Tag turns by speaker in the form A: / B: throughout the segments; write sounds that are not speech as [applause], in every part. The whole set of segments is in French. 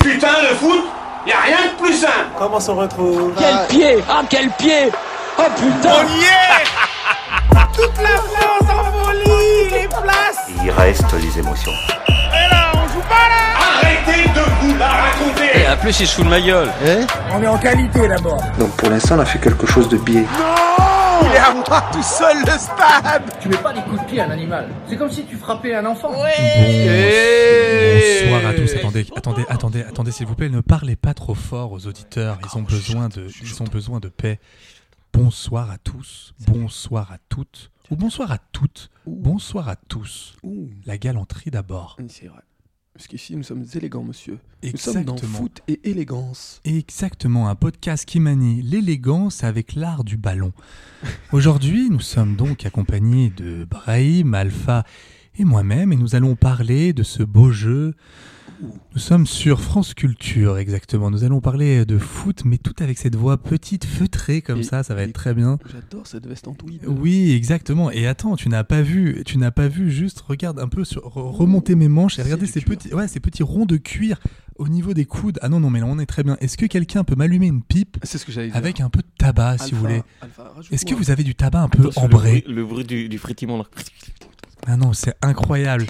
A: Putain, le foot, y a rien de plus simple.
B: Comment on se retrouve
C: Quel pied Ah quel pied Oh putain
A: [laughs] Toute la France en folie, les places.
D: Il reste les émotions.
A: Et là, on joue pas là. Arrêtez de vous la raconter.
E: En plus, il se fout de ma gueule.
A: On est en qualité d'abord.
F: Donc pour l'instant, on a fait quelque chose de biais.
A: Il est à moi tout seul le stade.
G: Tu mets pas des coups de pied à un animal. C'est comme si tu frappais un enfant.
H: Bonsoir à tous. Attendez, attendez, attendez, attendez, s'il vous plaît, ne parlez pas trop fort aux auditeurs. Ils ont besoin de, ils ont besoin de paix. Bonsoir à tous. Bonsoir à toutes. Ou bonsoir à toutes. Bonsoir à tous. La galanterie d'abord.
I: C'est vrai. Parce qu'ici, nous sommes élégants, monsieur. Nous sommes dans
H: Exactement.
I: foot et élégance.
H: Exactement, un podcast qui manie l'élégance avec l'art du ballon. Aujourd'hui, nous sommes donc accompagnés de Brahim, Alpha et moi-même, et nous allons parler de ce beau jeu. Nous sommes sur France Culture, exactement. Nous allons parler de foot, mais tout avec cette voix petite, feutrée comme
I: Et-
H: ça, ça va
I: et-
H: être très bien.
I: J'adore cette veste en tweed.
H: Oui, exactement. Et attends, tu n'as pas vu, tu n'as pas vu. Juste, regarde un peu sur, re- remonter mes manches et
I: C'est
H: regardez
I: du
H: ces
I: cuir.
H: petits, ouais, ces petits ronds de cuir au niveau des coudes. Ah non, non, mais là, on est très bien. Est-ce que quelqu'un peut m'allumer une pipe
I: C'est ce que j'allais dire.
H: avec un peu de tabac, si vous voulez Est-ce que vous avez du tabac un peu
E: bruit,
H: ambré
E: le bruit du, du frétiment là.
H: Ah non, c'est incroyable.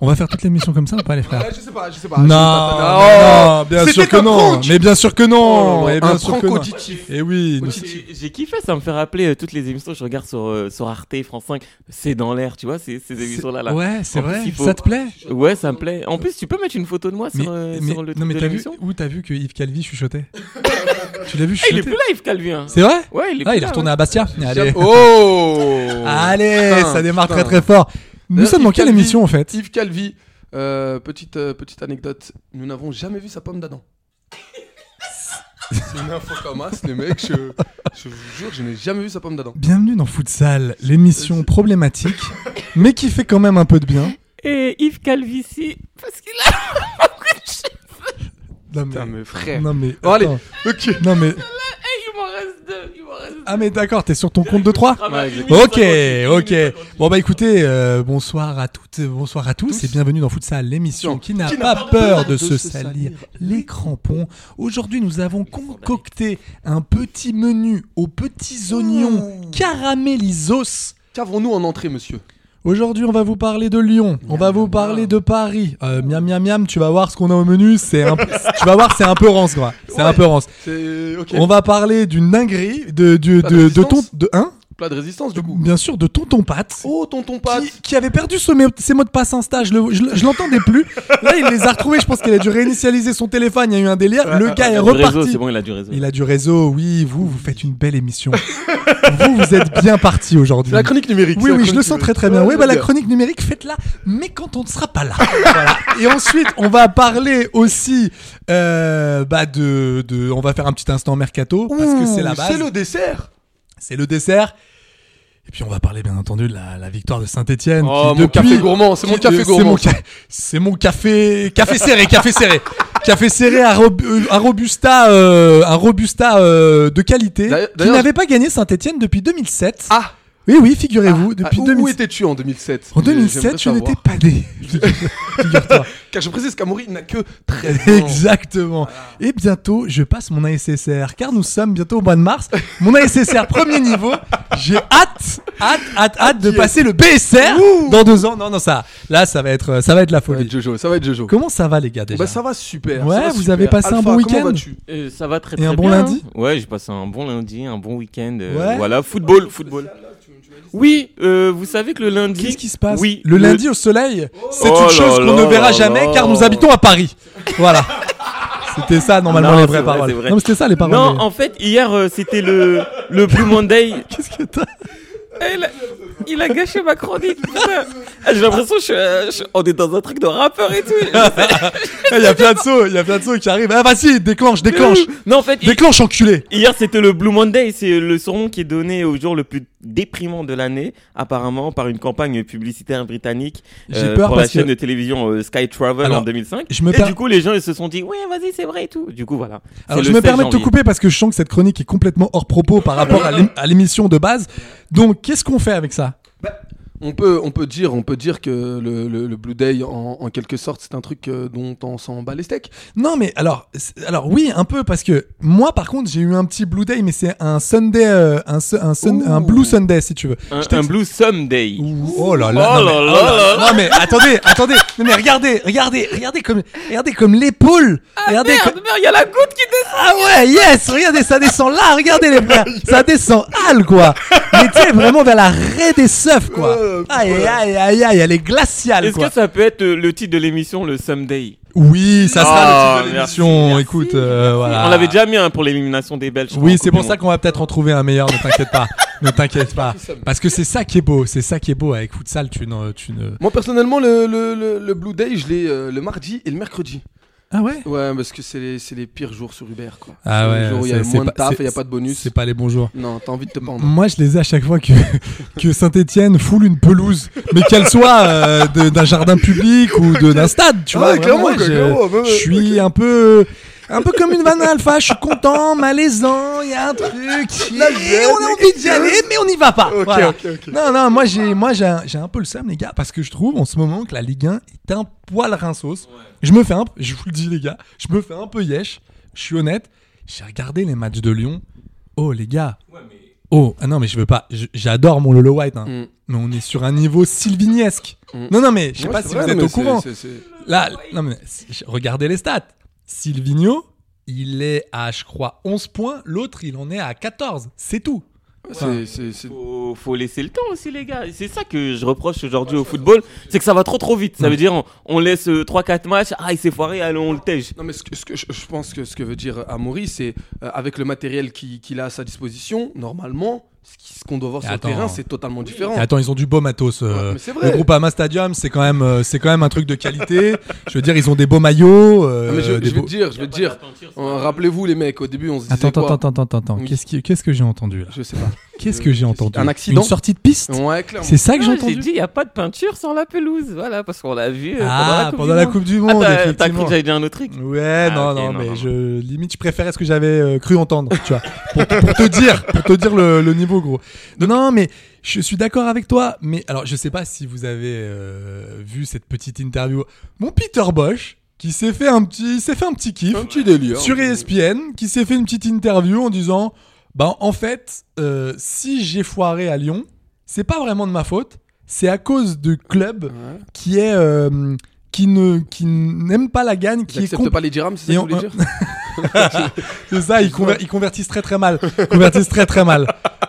H: On va faire toute l'émission comme ça ou pas, les frères
I: Je sais pas, je sais pas.
H: non, non, bien
I: C'était
H: sûr que
I: un
H: non,
I: prank.
H: mais bien sûr que non,
I: Oh là là,
H: et bien
I: un
H: sûr
I: prank
H: que non.
I: auditif.
H: Et oui, nous-
E: J'ai j'ai kiffé, ça me fait rappeler euh, toutes les émissions que je regarde sur, euh, sur Arte, France 5. C'est dans l'air, tu vois, ces, ces émissions-là. Là.
H: ouais, c'est
E: En plus,
H: vrai.
E: il faut-
H: Ça te plaît
E: Ouais, ça me plaît. En plus, tu peux mettre une photo de moi sur, euh, sur le
H: non,
E: truc
H: mais
E: de
H: t'as vu
E: l'émission.
H: où t'as vu que Yves Calvi chuchotait Tu l'as vu
E: Eh, il est
H: chuchoter
E: plus là, Yves Calvi. hein.
H: C'est vrai
E: Ouais, il est
H: Ah,
E: plus
H: il est
E: là,
H: retourné
E: ouais.
H: à Bastia. [laughs] Allez, Ah.
I: Oh
H: Allez
I: Putain,
H: ça démarre
I: putain.
H: très très fort.
E: Euh,
H: Nous
I: D'ailleurs,
H: sommes dans
I: Yves
H: quelle
I: Calvi-
H: émission en fait
I: Yves Calvi, euh, petite, euh, petite anecdote. Nous n'avons jamais vu sa pomme d'Adam. C'est une info comme as, les mecs. Je, je vous jure, je n'ai jamais vu sa pomme d'Adam.
H: Bienvenue dans Futsal,
E: Euh,
H: l'émission
E: [laughs]
H: problématique, mais qui fait quand même un peu de bien.
E: Et hein. Eh, Yves Calvici, parce qu'il a.
H: Non mais,
I: Putain, mais frère.
H: non mais,
I: Bon, allez.
H: attends.
I: Ok.
H: non mais,
E: Il m'en reste Eh, deux. Il m'en reste deux.
H: ah mais d'accord, t'es sur ton compte de 3
E: Ah, bah, une minute
H: Ok,
E: cinquante-huit,
H: ok.
E: une minute cinquante-huit.
H: Bon bah écoutez, euh, bonsoir à toutes, bonsoir à tous et bienvenue dans Futsal, l'émission qui n'a
I: Qui
H: pas peur de se salir les crampons. Aujourd'hui nous avons concocté un petit menu aux petits oignons caramélisos.
I: Qu'avons-nous en entrée, monsieur
H: Aujourd'hui on va vous parler de Lyon, on va vous parler de Paris. Euh, miam miam miam, tu vas voir ce qu'on a au menu, c'est un... tu vas voir c'est un peu rance quoi, c'est un
I: Ouais.
H: peu rance.
I: C'est. Ok.
H: On va parler d'une dinguerie, de, du-
I: Pas
H: de,
I: de
H: de ton,
I: résistance
H: de, hein
I: Plat de résistance, du coup.
H: Bien sûr, de tonton Pat.
I: Oh, tonton Pat.
H: Qui, qui avait perdu ce mé- ses mots de passe Insta, je, le- je le- je l'entendais plus. Là, il les a retrouvés. Je pense qu'il a dû réinitialiser son téléphone. Il y a eu un délire. le gars
E: Il
H: est
E: a du réseau,
H: reparti.
E: C'est bon, il a du réseau.
H: Il a du réseau. Oui, vous, vous faites une belle émission. vous, vous êtes bien parti aujourd'hui.
I: C'est la chronique numérique.
H: Oui,
I: c'est la
H: oui, je le
I: chronique euh,
H: sens très
I: numérique.
H: très bien. Oui, bah la
I: bien.
H: chronique numérique, faites-la, mais quand on ne sera pas là. Voilà. Et ensuite, on va parler aussi euh, bah, de, de. On va faire un petit instant mercato, parce que c'est la
I: Ouh,
H: base.
I: C'est le dessert.
H: C'est le dessert. Et puis on va parler bien entendu de la, la victoire de Saint-Etienne.
I: Oh, mon café gourmand, c'est mon café
H: euh,
I: gourmand, ça.
H: C'est mon café, café serré, café
I: [laughs]
H: serré. café serré, un, rob- euh, un robusta, euh, un robusta euh, de qualité
I: D'ailleurs-
H: qui
I: d'ailleurs-
H: n'avait pas gagné Saint-Etienne depuis 2007.
I: Ah.
H: oui, oui, figurez-vous,
I: Ah,
H: depuis
I: où
H: 2007.
I: étais-tu en 2007
H: En
I: J'ai-
H: 2007,
I: j'aimerais
H: je
I: savoir.
H: n'étais pas né.
I: [laughs]
H: Figure-toi.
I: Car je précise qu'Amaury n'a que
H: [laughs]
I: 13 ans.
H: Exactement. Et bientôt, je passe mon ASSR, car nous sommes bientôt au mois de mars. Mon ASSR [laughs] premier niveau, j'ai hâte, hâte, hâte, hâte de passer le BSR dans deux ans. Non, non, ça, là, ça va être, ça va être la
I: Ça va
H: folie.
I: être Jojo, ça va être Jojo.
H: Comment ça va, les gars, déjà
I: Bah ça va super.
H: Ouais,
I: ça va
H: vous
I: super.
H: avez passé un
I: Alpha,
H: bon
I: comment
H: week-end
I: vas-tu
E: Euh, ça va très
H: Et
E: très
H: un bon
E: bien. hein.
H: lundi
E: Ouais, j'ai passé un bon lundi, un bon week-end. euh,
H: Ouais.
E: Voilà, football, football. Oui, euh, vous savez que le lundi.
H: Qu'est-ce qui se passe
E: Oui,
H: Le lundi au soleil, c'est
E: Oh
H: une chose
E: là
H: qu'on ne
E: là
H: verra
E: là
H: jamais,
E: là.
H: car nous habitons à Paris. Voilà. C'était ça, normalement,
E: Non,
H: les
E: c'est
H: vraies
E: vrai,
H: paroles.
E: c'est vrai.
H: Non, mais c'était ça, les paroles. [laughs]
E: Non, en fait, hier, euh, c'était le, le Blue Monday.
H: Qu'est-ce que t'as
B: Eh, Il a, il a gâché ma chronique. putain. Ah, J'ai l'impression que je suis, euh, je suis- on est dans un truc de rappeur et tout.
H: Ah, Eh, Il y a plein de sauts, il y a plein de sauts qui arrivent. Ah, vas-y, déclenche, déclenche,
E: Non, en fait, hi-
H: déclenche, enculé.
E: hier c'était le Blue Monday, c'est le surnom qui est donné au jour le plus déprimant de l'année, apparemment par une campagne publicitaire britannique
H: J'ai
E: euh,
H: peur
E: pour la
H: parce
E: chaîne
H: que
E: de télévision euh, Sky Travel
H: Alors,
E: en 2005.
H: je me
E: et
H: per-
E: du coup, les gens ils se sont dit, ouais, vas-y, c'est vrai et tout. Du coup, voilà.
H: Alors, je
E: C'est le
H: me
E: 16
H: permets de te
E: janvier.
H: couper parce que je sens que cette chronique est complètement hors propos par rapport à l'ém- à l'émission de base. Donc, qu'est-ce qu'on fait avec ça
I: On peut, on peut dire, on peut dire que le, le- le Blue Day, en, en quelque sorte, c'est un truc euh, dont on s'en bat les steaks.
H: Non, mais alors, c'est- alors oui, un peu parce que moi, par contre, j'ai eu un petit Blue Day, mais c'est un Sunday, euh, un, su- un, sun-
I: Ouh.
H: un Blue Sunday si tu veux.
E: Un,
H: Je t'explique.
E: un Blue Someday.
H: Ouh, Oh là là,
E: Oh
H: non,
E: là
H: mais,
E: là
H: oh là
E: là
H: là. Non, mais attendez, attendez, non, mais regardez, regardez, regardez comme, regardez comme l'épaule, regardez,
B: Merde,
H: comme-
B: merde, il y a la goutte qui descend.
H: ah ouais, yes, regardez, ça descend là, regardez les frères, ça descend hal quoi, mais tu sais, vraiment vers la raie des seufs quoi, aïe aïe aïe aïe, elle est glaciale
E: Est-ce
H: quoi.
E: que ça peut être euh, le titre de l'émission, le Someday
H: Oui, ça sera
E: Ah,
H: le titre de l'émission, écoute, euh, voilà.
E: On l'avait déjà mis hein, pour l'élimination des Belges.
H: Oui, c'est pour ça qu'on va peut-être en trouver un meilleur, ne t'inquiète pas. ne t'inquiète pas. Parce que c'est ça qui est beau, c'est ça qui est beau avec Futsal, tu ne, tu ne...
I: Moi, personnellement, le, le- le- le Blue Day, je l'ai euh, le mardi et le mercredi.
H: Ah ouais
I: Ouais, parce que c'est les, c'est les pires jours sur Uber, quoi.
H: Ah
I: C'est
H: ouais,
I: Les jours où il y a
H: c'est-
I: le
H: c'est
I: moins de
H: pas-
I: taf et
H: c'est-
I: il n'y a pas de bonus.
H: C'est pas les bons jours.
I: Non, t'as envie de te pendre.
H: Moi, je les ai à chaque fois que, [laughs] que Saint-Etienne foule une pelouse, mais qu'elle soit euh, de- d'un jardin public ou de- d'un stade, tu
I: Ah
H: vois.
I: ouais,
H: vraiment,
I: clairement, quoi,
H: je-
I: clairement, ouais, ouais,
H: Je suis un peu. Un peu comme une vanne alpha, je suis content, malaisant, il y a un
I: [laughs]
H: truc. et on a envie d'y aller, mais on n'y va pas. Voilà. Non, non, moi j'ai moi j'ai un, j'ai un peu le seum, les gars, parce que je trouve en ce moment que la Ligue 1 est un poil rinceau. Je me fais un p- je vous le dis, les gars, je me fais un peu yesh, je suis honnête. J'ai regardé les matchs de Lyon. Oh, les gars, Oh, ah non, mais je veux pas. je- J'adore mon Lolo White, hein.
I: Mm.
H: mais on est sur un niveau sylviniesque.
I: Mm.
H: Non, non, mais je sais
I: Ouais,
H: pas
I: c'est
H: si
I: vrai,
H: vous êtes
I: mais
H: au
I: c'est-
H: courant.
I: c'est- c'est-
H: Là, non, mais si- regardez les stats. Silvino, il est à, je crois, 11 points. L'autre, il en est à 14. C'est tout.
I: c'est- c'est- c'est-
E: Faut, faut laisser le temps aussi, les gars. C'est ça que je reproche aujourd'hui au football, c'est que ça va trop trop vite.
H: Hmm.
E: Ça veut dire on, on laisse 3-4 matchs, ah il s'est foiré, allez on le tège.
I: Non, mais ce que, ce que je, je pense que ce que veut dire Amaury, c'est euh, avec le matériel qui- qu'il a à sa disposition, normalement, ce qui- ce qu'on doit voir
H: Mais
I: sur
H: attends.
I: le terrain, c'est totalement différent.
H: Et attends, ils ont du beau matos. euh,
I: Ouais, mais c'est vrai.
H: Le groupe Ama Stadium, c'est quand même, euh, c'est quand même un truc de qualité. je veux dire, ils ont des beaux maillots. euh,
I: Non, Ah, mais je,
H: des
I: je vais
H: beaux-
I: te dire, je vais te dire. euh, Rappelez-vous, les mecs, au début, on se disait.
H: Attends,
I: quoi
H: attends, attends, attends, attends.
I: Oui.
H: Qu'est-ce qui- qu'est-ce que j'ai entendu là
I: Je sais pas.
H: Qu'est-ce que j'ai entendu
I: Un accident
H: Une sortie de piste
I: Ouais, clairement.
H: C'est ça que j'ai
B: Ah, J'ai
H: entendu
B: dit, il n'y a pas de peinture sans la pelouse. Voilà, parce qu'on l'a vu euh,
H: Ah,
B: pendant la coupe.
H: Coupe du
E: Ah,
H: Monde,
E: t'as- t'as cru
H: effectivement.
E: que j'allais dire un autre truc
H: Ouais,
E: Ah,
H: non,
E: ok,
H: non,
E: non,
H: mais
E: non.
H: je limite, je préférais ce que j'avais euh, cru entendre, tu vois, pour, te- pour te dire, pour te dire le, le niveau, gros. Non, mais je suis d'accord avec toi, mais alors je sais pas si vous avez euh, vu cette petite interview. Mon Peter Bosch, qui s'est fait un petit, il s'est fait un petit kiff
I: Un petit délire.
H: sur E ESPN, qui s'est fait une petite interview en disant, bah en fait, euh, si j'ai foiré à Lyon, c'est pas vraiment de ma faute, c'est à cause de clubs
I: Ouais.
H: qui est euh, qui ne qui n'aime pas la gagne,
I: Ils
H: qui est
I: acceptent
H: compl-
I: pas les dirhams, c'est ça
H: Et
I: que
H: on-
I: vous voulez dire
H: c'est ça, ils, conver- ils convertissent très très mal, Ils convertissent très très
I: [laughs]
H: mal.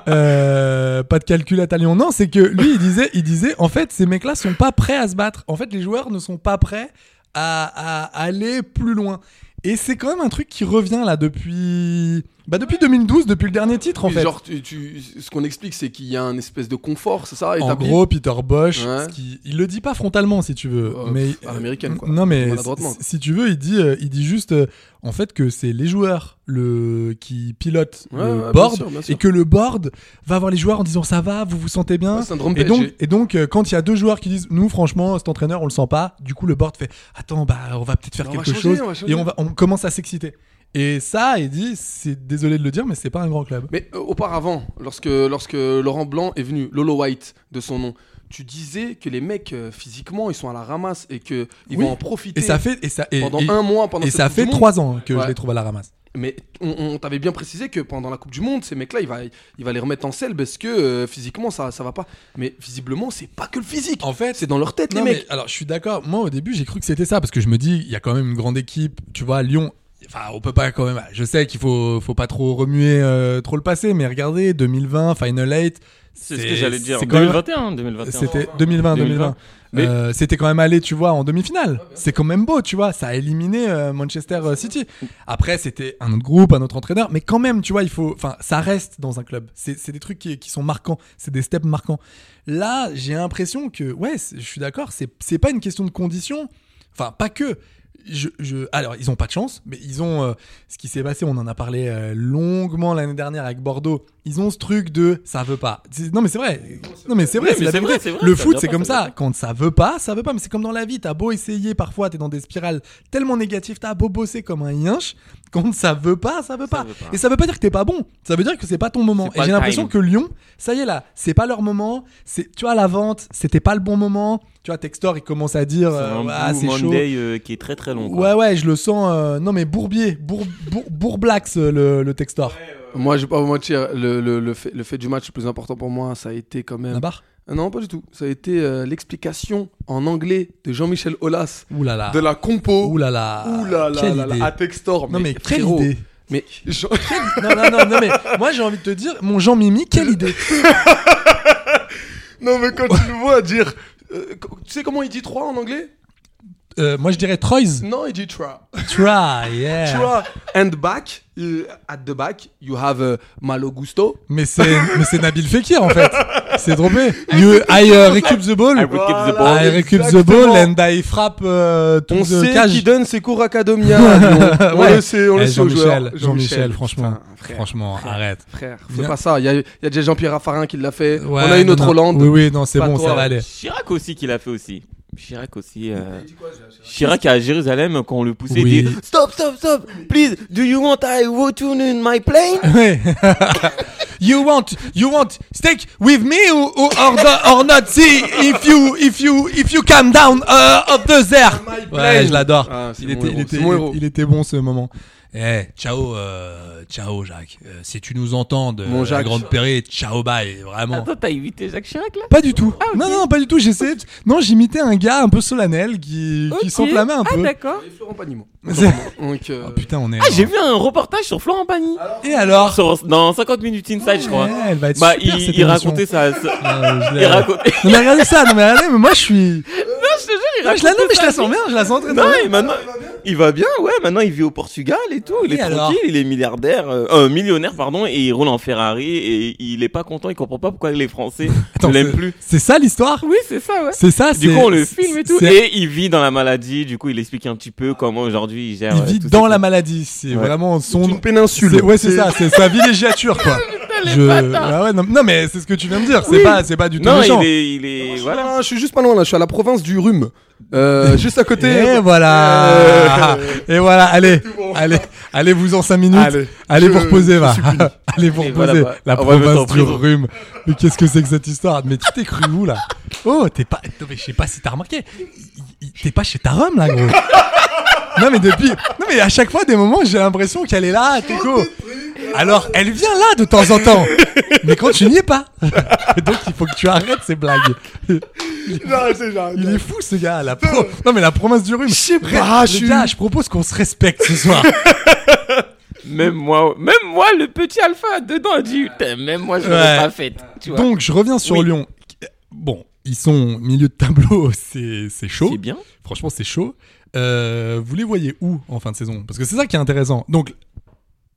H: Euh, pas de calcul à Talion. Non, c'est que lui, il disait, il disait, en fait, ces mecs-là sont pas prêts à se battre. En fait, les joueurs ne sont pas prêts à, à aller plus loin. Et c'est quand même un truc qui revient là depuis, bah depuis 2012, depuis le dernier titre [laughs] en
I: Oui,
H: fait.
I: Genre, tu, tu- ce qu'on explique, c'est qu'il y a un espèce de confort, c'est ça
H: En
I: établi
H: gros, Peter Bosch,
I: Ouais.
H: ce qui- il le dit pas frontalement si tu veux,
I: Euh,
H: mais
I: pff, à l'américaine, quoi.
H: Non mais
I: Maladroitement.
H: si- si tu veux, il dit, euh, il dit juste euh, en fait que c'est les joueurs le qui pilotent
I: Ouais, ouais,
H: le
I: bien
H: board
I: sûr, bien sûr.
H: et que le board va voir les joueurs en disant ça va, vous vous sentez bien.
I: Ouais, syndrome
H: et donc,
I: PSG.
H: et donc euh, quand il y a deux joueurs qui disent nous franchement cet entraîneur on le sent pas, du coup le board fait attends bah on va peut-être faire
I: On va
H: quelque
I: changer,
H: chose
I: on va changer.
H: et on va on commence à s'exciter. Et ça, il dit c'est désolé de le dire mais c'est pas un grand club.
I: Mais euh, auparavant, lorsque, lorsque Laurent Blanc est venu, Lolo White de son nom, tu disais que les mecs euh, physiquement ils sont à la ramasse et que ils
H: Oui.
I: vont en profiter
H: Et ça fait et ça et,
I: pendant
H: et-
I: un mois pendant
H: et
I: cette
H: ça
I: Coupe
H: fait
I: du Monde.
H: trois ans que je
I: Ouais.
H: les trouve à la ramasse.
I: Mais on, on t'avait bien précisé que pendant la Coupe du Monde, ces mecs-là, il va, il va les remettre en selle parce que euh, physiquement ça, ça va pas. Mais visiblement, c'est pas que le physique.
H: En fait,
I: c'est dans leur tête,
H: Non,
I: les
H: mais
I: mecs.
H: alors, je suis d'accord. Moi, au début, j'ai cru que c'était ça parce que je me dis, il y a quand même une grande équipe. Tu vois, Lyon. Enfin, on peut pas quand même. Je sais qu'il faut, faut pas trop remuer euh, trop le passé, mais regardez, 2020, Final 8,
E: C'est ce que j'allais dire.
H: c'est quand même-
E: 2021, 2021.
H: C'était 2020, 2020.
E: 2020. Mais-
H: Euh, c'était quand même allé, tu vois, en demi-finale. C'est quand même beau, tu vois. Ça a éliminé euh, Manchester euh, City. Après, c'était un autre groupe, un autre entraîneur. Mais quand même, tu vois, il faut. Enfin, ça reste dans un club. C'est c'est des trucs qui, qui sont marquants. C'est des steps marquants. Là, j'ai l'impression que, ouais, c'est- je suis d'accord. C'est c'est pas une question de condition. Enfin, pas que. Je, je- alors, ils ont pas de chance, mais ils ont euh, ce qui s'est passé. On en a parlé euh, longuement l'année dernière avec Bordeaux. Ils ont ce truc de ça veut pas. C'est- Non, mais c'est vrai. Non, mais c'est vrai.
E: Oui,
H: c'est
E: mais
H: la
E: c'est vrai,
H: vérité.
E: c'est vrai,
H: Le
E: ça
H: foot,
E: vient
H: c'est
E: pas,
H: comme
E: ça
H: ça.
E: vient pas.
H: Quand ça veut pas, ça veut pas. Mais c'est comme dans la vie. T'as beau essayer, parfois, t'es dans des spirales tellement négatives. T'as beau bosser comme un yinche. Quand ça veut pas, ça veut pas.
E: veut pas.
H: Et ça veut pas dire que t'es pas bon. Ça veut dire que c'est pas ton moment. Et
E: C'est pas
H: j'ai
E: le
H: l'impression
E: time.
H: que Lyon, ça y est là, c'est pas leur moment. C'est, tu vois, la vente, c'était pas le bon moment. Tu vois, Textor, il commence à dire,
E: C'est
H: euh,
E: un
H: ah,
E: Blue
H: c'est chaud.
E: Monday euh, qui est très très long.
H: Ouais,
E: quoi.
H: ouais, je le sens. euh, non, mais Bourbier, Bour, Bour- Bourblax, euh, le, le Textor.
I: Moi, je vais pas vous mentir, le, le, le, fait, le fait du match le plus important pour moi, ça a été quand même.
H: La barre
I: Non, pas du tout. Ça a été euh, l'explication en anglais de Jean-Michel Aulas
H: Ouh là là.
I: de la compo.
H: Ouh là là.
I: Ouh là là
H: Quelle
I: là là,
H: idée.
I: à Textor.
H: Non, mais quelle
I: frérot,
H: idée.
I: Mais Jean-
H: Non, non, non, non, mais moi j'ai envie de te dire, mon Jean-Mimi, quelle idée.
I: non, mais quand tu le vois dire. euh, co- tu sais comment il dit 3 en anglais
H: Euh, moi je dirais Troyes.
I: Non, il dit 3.
H: Try, yeah.
I: Try and back. euh, at the back, you have euh, Malo Gusto.
H: Mais c'est, mais c'est Nabil Fekir en fait. C'est droppé. You, I euh, recoup the ball.
E: I will keep the ball.
H: I recoup the ball and I frappe euh, to
I: On
H: the
I: sait
H: cage.
I: qui donne ses cours académiens.
H: [laughs]
I: on on
H: Ouais.
I: le sait, on
H: Eh,
I: le sait aux joueurs.
H: Jean-Michel, Jean-Michel, franchement,
I: putain, frère,
H: franchement, arrête.
I: Frère, fais
H: Viens.
I: pas ça. Il y a, il y a déjà Jean-Pierre Raffarin qui l'a fait. on
H: Ouais,
I: a une
H: non,
I: autre
H: non.
I: Hollande.
H: Oui, oui, non, c'est
I: Pas
H: bon,
I: toi.
H: ça va aller.
E: Chirac aussi qui l'a fait aussi. Chirac aussi. euh, Chirac à Jérusalem quand on le poussait,
H: Oui.
E: il dit Stop, stop, stop, please, do you want I return in my
I: Ah,
E: plane
H: Ouais. [laughs] you want, you want steak with me or, or, or the- or not? See if you, if you, if you calm down uh, of the there. Ouais, je l'adore.
I: Ah, c'est
H: il,
I: mon
H: était,
I: héros,
H: il, était,
I: c'est mon
H: il-
I: héros.
H: il était bon ce moment. Eh, ciao, euh, ciao Jacques. Euh, si tu nous entends, de
I: Mon
H: la
I: Jacques.
H: grande pérée, ciao bye, vraiment.
E: Attends, Ah, t'as évité Jacques Chirac là
H: Pas du tout. Non, non, pas du tout. J'essayais. de- Non, j'imitais un gars un peu solennel qui, qui s'enflammait un peu.
E: Ah, D'accord.
I: Et Florent Panimo.
H: C'est-
I: Donc, euh,
H: Oh, putain, on est.
E: Ah, j'ai vu un reportage sur Florent Pagny.
H: Et
E: [laughs]
H: alors
E: Sur- Dans 50 minutes inside, je crois.
H: Ouais, Elle va être
E: Bah,
H: super
E: il,
H: cette
E: il
H: émission.
E: racontait ça. ça-
H: Euh, je l'ai-
E: Il racontait.
H: Non, mais regardez ça, non mais regardez, mais moi je suis.
E: Je te jure, il
H: Je la, non, mais je la
E: racontait ça.
H: sens bien, je la sens très
E: Non,
H: bien.
E: et maintenant, il va bien, ouais, maintenant il vit au Portugal et tout, il
H: Et
E: est
H: alors
E: tranquille, il est milliardaire, euh, euh, millionnaire, pardon, et il roule en Ferrari, et il est pas content, il comprend pas pourquoi les Français
H: [laughs] Attends,
E: ne l'aiment
H: c'est-
E: plus.
H: C'est ça l'histoire
E: Oui, c'est ça, ouais.
H: C'est ça, c'est.
E: Du coup, on le filme et tout,
H: c'est-
E: et il vit dans la maladie, du coup, il explique un petit peu comment aujourd'hui il gère.
H: Il
E: euh,
H: vit
E: tous
H: dans
E: ces
H: la
E: trucs.
H: maladie, c'est
E: Ouais.
H: vraiment son.
I: une péninsule.
H: C'est- Ouais, c'est ça, c'est sa villégiature quoi. Je... Ah ouais, non, non, mais c'est ce que tu viens de dire, c'est pas, c'est pas du tout
E: Non,
H: méchant.
E: il est, il est, voilà.
I: Voilà, je suis juste pas loin là. Je suis à la province du Rhume. Euh, juste à côté.
H: Et voilà, et voilà, allez, allez, allez vous en 5 minutes, allez,
I: Allez, je-
H: vous reposer,
I: je
H: va,
I: suis puni.
H: [laughs] allez vous
E: Et
H: reposer,
E: voilà, bah,
H: la
E: on va me mettre en
H: province du
E: prison.
H: rhume. Mais qu'est-ce que c'est que cette histoire Mais tu t'es cru où là Oh, t'es pas, non, mais je sais pas si t'as remarqué, Il- il- t'es pas chez ta rhum là, gros. non mais depuis, non mais à chaque fois des moments, j'ai l'impression qu'elle est là, Téco. Alors, elle vient là de temps en temps, mais quand tu n'y es pas, [laughs] donc il faut que tu arrêtes ces blagues. Il est fou ce gars, la pro... Non mais la province du rhume. Je sais
I: pas, je suis-
H: je propose qu'on se respecte ce soir.
E: Même moi, même moi, le petit alpha dedans a dit, Putain, même moi, je l'aurais
H: Ouais.
E: Euh, pas fait. Tu vois.
H: Donc je reviens sur
E: Oui.
H: Lyon. Bon, ils sont milieu de tableau, [laughs] c'est c'est chaud.
E: c'est bien.
H: Franchement, c'est chaud. Euh, vous les voyez où en fin de saison Parce que c'est ça qui est intéressant. Donc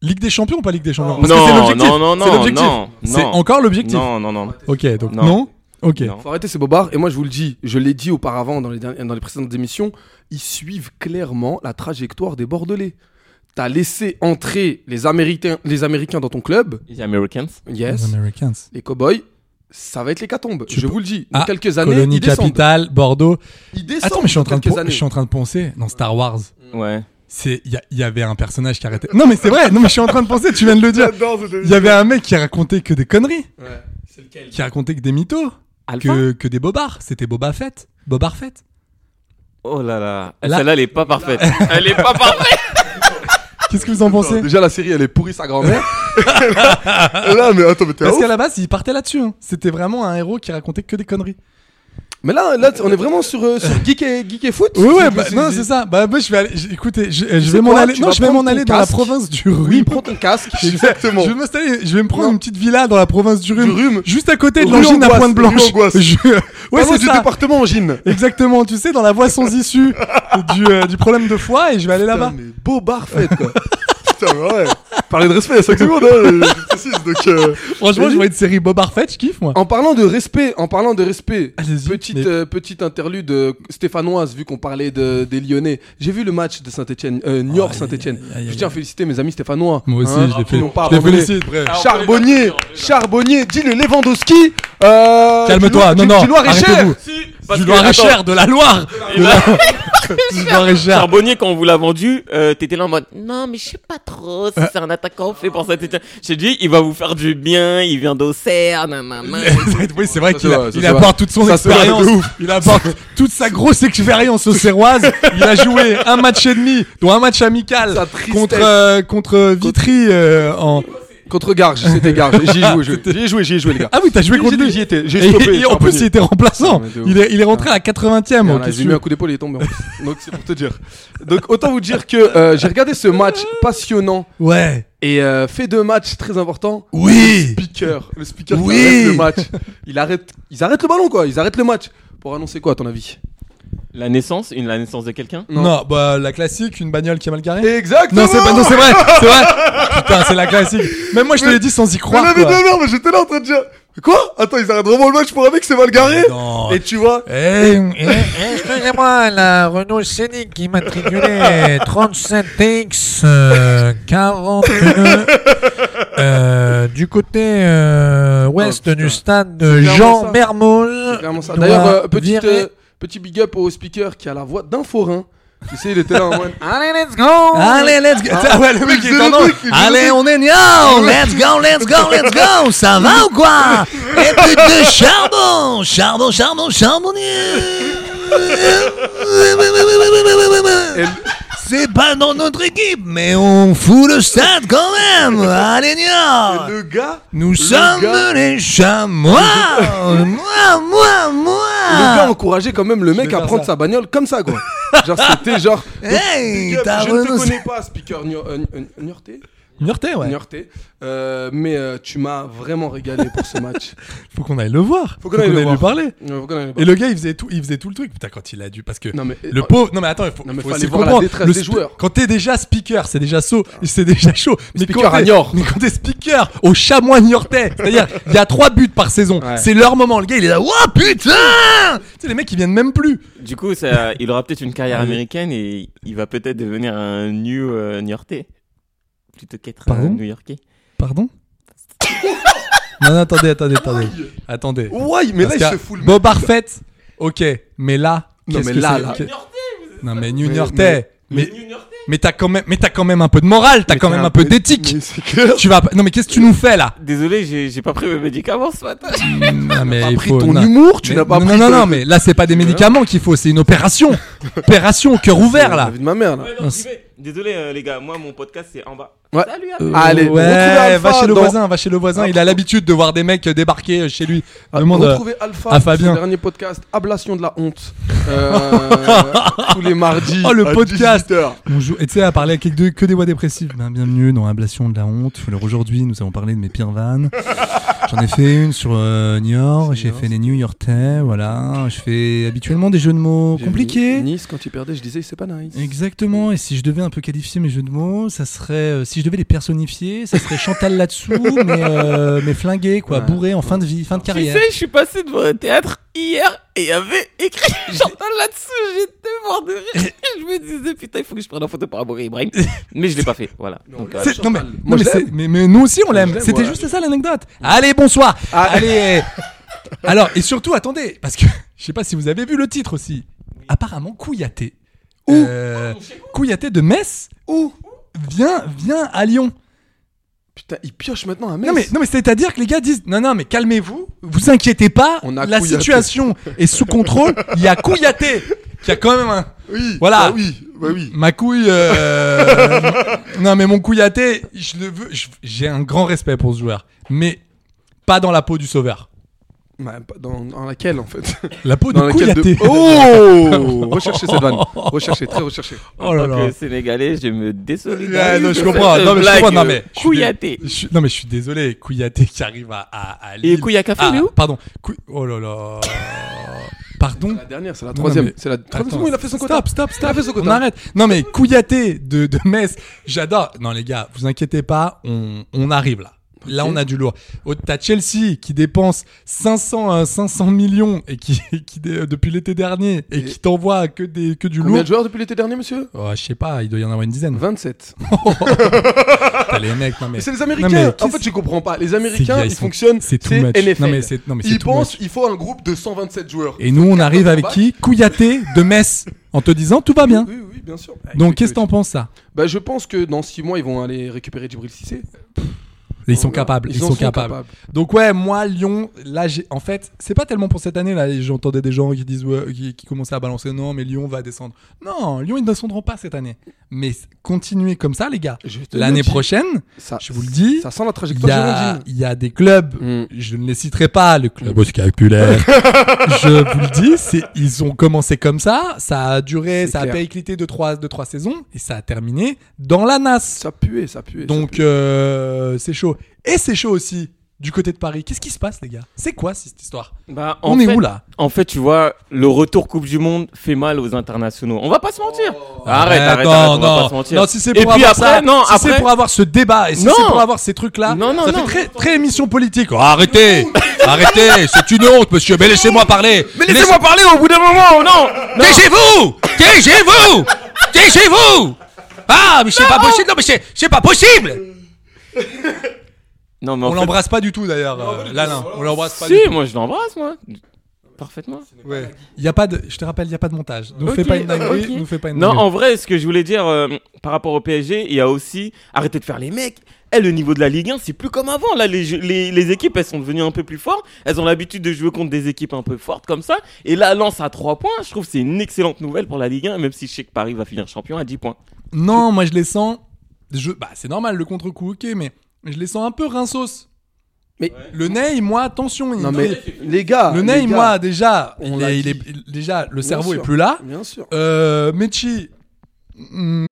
H: Ligue des Champions ou pas Ligue des Champions Parce que c'est
E: non,
H: l'objectif.
E: non, non,
H: C'est
E: non,
H: l'objectif.
E: non,
H: C'est
E: non.
H: encore l'objectif.
E: Non, non, non.
H: Ok, donc non.
E: Non.
H: Ok.
E: Non.
I: Faut arrêter ces bobards. Et moi, je vous le dis, je l'ai dit auparavant dans les, dernières- dans les précédentes émissions, ils suivent clairement la trajectoire des Bordelais. T'as laissé entrer les Américains, les Américains dans ton club.
E: Les Americans.
I: Yes.
H: Les Americans.
I: Les Cowboys. Ça va être l'hécatombe.
H: Tu
I: Je
H: peux-
I: vous le dis. Dans
H: Ah,
I: quelques années,
H: Colonie
I: ils descendent.
H: capitale, Bordeaux.
I: Ils descendent.
H: Attends, mais je suis en
I: dans
H: train de,
I: quelques
H: pen-
I: années.
H: je suis en train de penser dans Star Wars.
E: Ouais.
H: C'est il y, a- il y avait un personnage qui arrêtait. Non mais c'est vrai. Non mais je suis en train de penser. Tu viens de le dire. Il y avait un mec qui racontait que des conneries,
I: Ouais, c'est lequel
H: qui racontait que des mythos,
E: Alpha.
H: que, que des bobards. C'était Boba Fett. Boba Fett.
E: Oh là là.
H: Là-
E: Celle-là, elle est pas parfaite. elle est pas parfaite.
H: Qu'est-ce que vous en pensez
I: Déjà, la série, elle est pourrie sa grand-mère. [laughs] là, mais attends, mais t'es
H: Parce
I: ouf.
H: qu'à la base, il partait là-dessus. hein. C'était vraiment un héros qui racontait que des conneries.
I: Mais là, là, on est vraiment sur, euh, sur geek, et, geek et foot.
H: Oui, ouais, bah, non, c'est ça. Bah, moi, je vais aller. j- Écoutez, je, je vais
I: sais
H: m'en
I: quoi,
H: aller.
I: tu
H: Non,
I: vas
H: je vais
I: prendre
H: m'en aller
I: ton
H: dans la
I: casque.
H: province du rhume.
I: Oui, prends ton casque.
H: [laughs] Je vais-
I: Exactement.
H: Je vais m'installer. Je vais me prendre
I: Non.
H: une petite villa dans la province du rhume.
I: Du Rhume.
H: Juste à côté de
I: Rue
H: l'angine à
I: Angoisse,
H: Pointe Blanche.
I: rue Angoisse.
H: Je- Ouais,
I: Pas loin
H: c'est
I: du
H: ça.
I: département en gym.
H: Exactement. Tu sais, dans la voie [laughs] sans issue du, euh, du problème de foie et je vais aller là-bas.
I: Putain, mais beau bar fête, quoi. [laughs] Putain, mais ouais. Parler de respect, il y a 5 secondes, hein, je précise. Donc, euh,
H: Franchement, je
I: vas-y.
H: vois une série Bob Arfait, je kiffe, moi.
I: En parlant de respect, en parlant de respect,
H: Allez-y,
I: petite,
H: mais-
I: euh, petite interlude euh, stéphanoise, vu qu'on parlait de, des Lyonnais. J'ai vu le match de Saint-Etienne, euh,
H: Oh,
I: Niort-Saint-Etienne.
H: aïe, aïe, aïe,
I: Je
H: aïe,
I: tiens à
H: aïe.
I: féliciter mes amis stéphanois.
H: Moi aussi,
I: hein,
H: je les
I: qui n'ont
H: félicite.
I: pas
H: Je les
I: abandonné.
H: félicite, bref.
I: Charbonnier, Charbonnier, dit le Lewandowski. euh,
H: Calme-toi,
I: du-
H: non,
I: du-
H: non,
I: Du Loir et Cher.
H: arrêtez-vous.
E: [laughs] Si, parce
H: Du
E: que-
H: Loir et
E: attends,
H: Cher, de la Loire. De
I: [laughs]
H: la- Du Loir et Cher.
E: Charbonnier, quand on vous l'a vendu, euh, t'étais là en mode Non, mais je sais pas trop si c'est un attaquant fait pour ça. J'ai dit, il va vous faire du bien, il vient d'Auxerre, nanana.
H: oui, c'est vrai
I: Ça,
H: qu'il
I: c'est
H: a-
I: vrai, ça,
H: il
I: c'est
H: apporte toute son
I: Ça, c'est vrai de
H: expérience. Il apporte toute sa grosse expérience aux Serroises. Il a joué un match et demi, dont un match amical
I: Sa tristesse.
H: contre euh, contre Vitry euh, en.
I: Contre Garges, c'était Garges. J'y
H: [laughs]
I: ai joué, j'ai- j'y ai joué, j'y ai joué, les gars.
H: Ah oui, t'as joué contre
I: J'étais-
H: lui.
I: J'y étais,
H: Et-
I: j'ai stoppé.
H: et en plus, il
I: Charbonnier.
H: était remplaçant.
I: Non, mais de ouf. Ah,
H: Il est, il est rentré à la 80e.
I: Voilà,
H: qu'est-ce
I: j'ai
H: que
I: mis un coup d'épaule, il est tombé. en [laughs] plus. Donc c'est pour te dire. Donc autant vous dire que euh, j'ai regardé ce match passionnant
H: tu- Ouais.
I: et euh, fait deux matchs très importants.
H: Oui.
I: Speaker, le speaker
H: Oui.
I: qui arrête le match. Il arrête, ils arrêtent le ballon quoi, ils arrêtent le match. Pour annoncer quoi à ton avis
E: [laughs] La naissance, une, la naissance de quelqu'un
H: Non. bah la classique, une bagnole qui est mal carrée.
I: Exactement.
H: Non, c'est pas, non, c'est vrai, c'est
I: [laughs]
H: vrai. Putain, c'est la classique. Même moi, je te l'ai dit sans y
I: Mais
H: croire.
I: la vie de
H: quoi.
I: la merde, mais j'étais là en train de dire quoi Attends, ils arrêtent vraiment le match pour un mec c'est mal garé
H: Non.
I: Et tu vois,
H: Eh, eh,
D: Excusez-moi, la Renault Scénic immatriculée 37X 41 euh, du côté euh, ouest
I: Oh, putain.
D: du stade
I: C'est
D: de
I: clairement
D: Jean
I: ça.
D: Mermoz.
I: C'est clairement ça.
D: doit
I: D'ailleurs, euh, petite,
D: virer-
I: euh, petit big up au speaker qui a la voix d'un forain. Tu sais, il était là en [laughs] mode.
D: Allez, let's go
H: Allez, let's go. Ah ouais, le mec il est
I: le
H: tendant.
I: truc, il
D: Allez, on est niao Let's go, let's go, let's go Ça va ou quoi Et puis de charbon Charbon, charbon, charbonnier C'est pas dans notre équipe, mais on fout le stade quand même Allez, niao
I: Le gars,
D: Nous sommes
I: gars-
D: les chamois Moi, moi,
I: le
H: Ah.
I: gars
D: moi
I: encourageait quand même le mec
H: vais
I: à
H: faire
I: prendre
H: ça.
I: sa bagnole comme ça, quoi. genre, c'était genre.
D: Hey,
I: big up,
D: ta
I: je ne te
D: Renault-
I: connais pas, speaker Nio- euh, N- Niorté
H: Niortais, ouais.
I: Niorté. Euh, mais euh, tu m'as vraiment régalé pour ce match.
H: Faut qu'on aille le voir.
I: Faut qu'on aille le
H: lui
I: voir.
H: parler.
I: Euh, faut qu'on aille
H: Et
I: voir.
H: le gars, il faisait tout, il faisait tout le truc. Putain, quand il a dû, parce que
I: Non, mais- euh,
H: le pauvre. Non mais attends, il faut,
I: Non, mais
H: faut
I: fallait
H: aussi
I: voir la
H: comprendre.
I: détresse
H: Le
I: des
H: sp-
I: joueurs. Ah.
H: Quand t'es déjà speaker, c'est déjà saut, c'est déjà chaud. Mais
I: Speaker
H: quand
I: à
H: t'es-
I: Niort.
H: mais quand t'es speaker au chamois niortais, c'est-à-dire il y a trois buts par saison.
I: Ouais.
H: C'est leur moment. Le gars, il est là. Ouah putain Tu sais, les mecs, ils viennent même plus.
E: Du coup, ça, il aura peut-être une carrière américaine et il va peut-être devenir un New euh, Yorkais. Plutôt qu'être un
H: Pardon
E: New Yorkais.
I: [laughs]
H: Pardon Non, non, attendez, attendez, attendez, attendez.
I: Ouais, mais
H: Parce
I: là,
H: qu'à
I: il se fout le
H: Bob Arfait, ok, mais là.
I: Non,
H: qu'est-ce
I: mais
H: que
I: là,
H: c'est-
I: là.
H: que- Non, mais New
I: Mais-
H: Yorkais. Mais,
I: mais-
H: mais t'as quand même, mais t'as quand même un peu de morale, t'as quand même un peu d'éthique.
I: Mais
H: [laughs]
I: c'est clair.
H: Tu vas, pas- non mais qu'est-ce que tu nous fais là
E: Désolé, j'ai j'ai pas pris mes médicaments ce matin.
H: Non mais
I: [laughs] T'as
H: il
I: pris
H: faut-
I: ton
H: non.
I: humour, tu
H: Eh, Mais-
I: n'as pas
H: non,
I: pris
H: non,
I: ton- Hein
H: non, mais là c'est pas des médicaments qu'il faut, c'est une opération,
I: [laughs]
H: opération au cœur ouvert
I: La
H: là.
I: vie de ma mère, là.
E: Désolé, euh, les gars, moi, mon podcast, c'est en bas.
I: Ouais. Euh,
E: Salut, à
I: Allez, retrouvez
H: ouais,
I: Alpha
H: va chez le
I: dans-
H: voisin, va chez le voisin, il a l'habitude de voir des mecs débarquer chez lui.
I: Ah,
H: Demande, euh,
I: Retrouvez Alpha,
H: à Fabien.
I: son dernier podcast, Ablation de la honte,
H: [laughs]
I: euh, tous les mardis.
H: Oh, le
I: à
H: podcast.
I: 18h.
H: Bonjour. Et tu sais, à parler avec de- que des voix dépressives. Ben, bienvenue dans Ablation de la honte. Alors aujourd'hui, nous allons parler de mes pires vannes. J'en ai fait une sur euh, Niort, j'ai fait les New Yorkais, voilà. Je fais habituellement des jeux de mots
I: J'ai
H: compliqués.
I: mis Nice, quand tu perdais, je disais, c'est pas nice.
H: Exactement, et si je devais un peu qualifier mes jeux de mots, ça serait, euh, si je devais les personnifier, ça serait Chantal là-dessous, [laughs] mais, euh, mais flingué, quoi,
I: Ouais.
H: bourré en fin de vie, fin de
E: Tu
H: carrière.
E: sais, je suis passé devant un théâtre hier et il y avait écrit [laughs] Chantal là-dessous. J'étais mort de rire. [laughs] Je me disais, putain, il faut que je prenne en photo pour amorer Ibrahim. Mais je l'ai pas fait. Voilà. Donc, euh,
H: C'est- non mais,
I: Ah, Chantal.
H: non,
I: Moi,
H: mais,
I: je
H: c'est-
I: l'aime.
H: mais- mais nous aussi on l'aime.
I: l'aime,
H: C'était
I: voilà. Ah.
H: juste ça l'anecdote. Allez, bonsoir. Allez.
I: [laughs]
H: Alors et surtout attendez parce que [laughs] je sais pas si vous avez vu le titre aussi. Apparemment Kouyaté. Où
I: Ah,
H: Kouyaté de Metz ou vient vient à Lyon.
I: Putain, il pioche maintenant un mec.
H: Non mais non mais c'est-à-dire que les gars disent non non mais calmez-vous, vous inquiétez pas,
I: On a
H: la
I: Kouyaté.
H: situation est sous contrôle, il y a Kouyaté qui a quand même un
I: Oui,
H: Voilà.
I: bah oui, bah oui.
H: Ma couille. euh, non, mais mon couillaté, je le veux. je- J'ai un grand respect pour ce joueur, mais pas dans la peau du sauveur.
I: Bah, pas dans, dans laquelle en fait
H: [laughs] La peau
I: Dans
H: de couille
I: laquelle
H: athée. [laughs]
I: Oh Recherchez cette vanne. Recherchez, très recherché.
H: Oh là
E: En
H: là.
E: tant que euh, Sénégalais, je me désolidarise.
H: Ouais, Ah, non, je
E: de
H: comprends.
E: cette
H: Non, mais je
E: blague,
H: comprends. Non,
E: euh,
H: mais je suis
E: couillatée.
H: dé- je suis- Non, mais je suis désolé. Couillaté qui arrive à, à, à
E: Et
H: Lille.
E: couille à café,
H: Ah,
E: il est où
H: Pardon. Cou- Oh là là. Pardon.
I: La dernière, c'est la
H: Non,
I: troisième.
H: mais-
I: C'est la troisième.
H: Attends,
I: C'est bon, il a fait son quota.
H: Stop, stop, stop.
I: fait son quota.
H: On arrête. Non, mais Kouyaté de, de Metz, j'adore. Non, les gars, vous inquiétez pas, on, on arrive là. Là,
I: Ok.
H: on a du lourd. Au- T'as Chelsea qui dépense 500, euh, 500 millions et qui, [laughs] qui dé- depuis l'été dernier et,
I: Et-
H: qui t'envoie que, des, que du
I: Combien
H: lourd.
I: de joueurs depuis l'été dernier, monsieur
H: Oh, je sais pas, il doit y en avoir une
I: [laughs]
H: dizaine.
I: 27.
H: T'as les mecs, non mais.
I: Mais c'est les
H: Non, mais
I: Américains. En
H: qu'est-ce-
I: fait, je comprends pas. Les
H: Ces gars,
I: Américains,
H: ils
I: ils
H: sont-
I: fonctionnent.
H: c'est
I: C'est
H: too much.
I: NFL.
H: Non, mais c'est- non, mais c'est
I: Ils
H: too
I: pensent,
H: much.
I: il faut un groupe de 127 joueurs.
H: Et nous, on arrive avec
I: quarts de
H: qui Kouyaté de Metz en te disant tout va bien.
I: Oui, oui, bien sûr.
H: Donc, qu'est-ce que t'en penses ça
I: Bah, je pense que dans 6 mois, ils vont aller récupérer Djibril Cissé.
H: Ils sont
I: Voilà.
H: capables, ils,
I: en
H: sont, capables. Donc ouais, moi Lyon, là j'ai en fait, c'est pas tellement pour cette année là, j'entendais des gens qui disent ouais, qui, qui commençaient à balancer non mais Lyon va descendre. Non, Lyon ils ne descendront pas cette année. Mais continuez comme ça les gars.
I: Je te le
H: L'année
I: dis.
H: prochaine,
I: Ça-
H: je vous le dis,
I: Ah, Ça sent la trajectoire
H: il y a,
I: girondine.
H: il y a des clubs,
I: Mm.
H: je ne les citerai pas, le club scapulaire. [laughs] je vous le dis, c'est ils ont commencé comme ça, ça a duré,
I: C'est
H: ça
I: clair.
H: a périclité de trois de trois saisons et ça a terminé dans la nasse.
I: Ça puait, ça puait. ça
H: Donc
I: puait.
H: euh, c'est chaud. Et c'est chaud aussi du côté de Paris. Qu'est-ce qui se passe les gars C'est quoi cette histoire
E: Bah, en
H: On est
E: fait-
H: où là
E: En fait, tu vois, le retour Coupe du Monde fait mal aux internationaux. On va pas se mentir. Oh. Bah, Arrête, arrête,
H: non,
E: arrête, on
H: non.
E: va pas se mentir.
H: Non, si c'est
E: Et
H: pour
E: puis
H: avoir ça,
E: après, non,
H: si c'est
E: après-
H: pour avoir ce débat et si
E: Non.
H: c'est pour avoir ces trucs là,
E: Non, non,
H: ça
E: non.
H: fait très, très émission politique. Oh, arrêtez, arrêtez, c'est une honte monsieur. Mais laissez-moi parler. Mais
E: Laissez-moi parler au bout d'un moment, non
D: Taisez-vous Taisez-vous Taisez-vous Ah, mais c'est pas possible, non, mais c'est- c'est pas possible
E: Non, mais en
H: On
E: fait-
H: l'embrasse pas du tout d'ailleurs. euh, Là, non, on l'embrasse pas.
E: Si,
H: du tout.
E: moi je l'embrasse, moi. Parfaitement.
H: Ouais. Il y a pas de, je te rappelle, il y a pas de montage. Nous fais pas une dinguerie,
E: ok.
H: nous fais pas une
E: Non,
H: dinguerie.
E: en vrai, ce que je voulais dire euh, par rapport au PSG, il y a aussi arrêtez de faire les mecs. Eh, le niveau de la Ligue 1, c'est plus comme avant. Là, les, jeux- les, les équipes, elles sont devenues un peu plus fortes. Elles ont l'habitude de jouer contre des équipes un peu fortes comme ça. Et là, Lance à 3 points. Je trouve que c'est une excellente nouvelle pour la Ligue 1, même si je sais que Paris va finir champion à 10 points.
H: Non, moi je les sens. Je, bah, c'est normal le contre-coup, ok, mais je les sens un peu rinsos.
I: Mais-
H: le Ney, moi, attention. il-
I: Non, mais les gars.
H: le
I: les
H: Ney,
I: gars,
H: moi, déjà,
I: on
H: il
I: l'a
H: est- il
I: dit.
H: est- il- déjà, le
I: Bien
H: cerveau
I: sûr.
H: est plus là.
I: Bien sûr.
H: Euh, Mechi, hmm,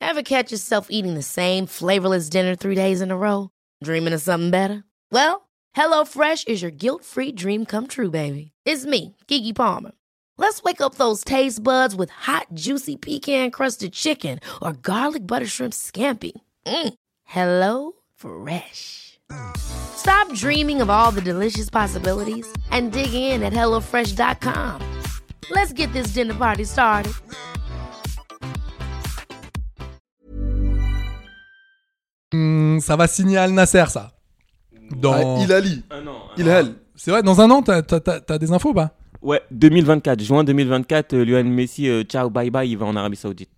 J: Ever catch yourself eating the same flavorless dinner three days in a row? Dreaming of something better? Well, HelloFresh is your guilt free dream come true, baby. It's me, Kiki Palmer. Let's wake up those taste buds with hot, juicy pecan crusted chicken or garlic butter shrimp scampi. Mm. Hello Fresh. Stop dreaming of all the delicious possibilities and dig in at HelloFresh.com. Let's get this dinner party started.
H: hmm, ça va signer Al Nasser, ça. Dans...
I: Ah, il Ali. Il elle.
H: C'est vrai, dans un an, t'as, t'as- t'as- t'as des infos ou pas
E: Ouais, 2024, juin 2024, euh, Lionel Messi, euh, ciao, bye bye, il va en Arabie Saoudite.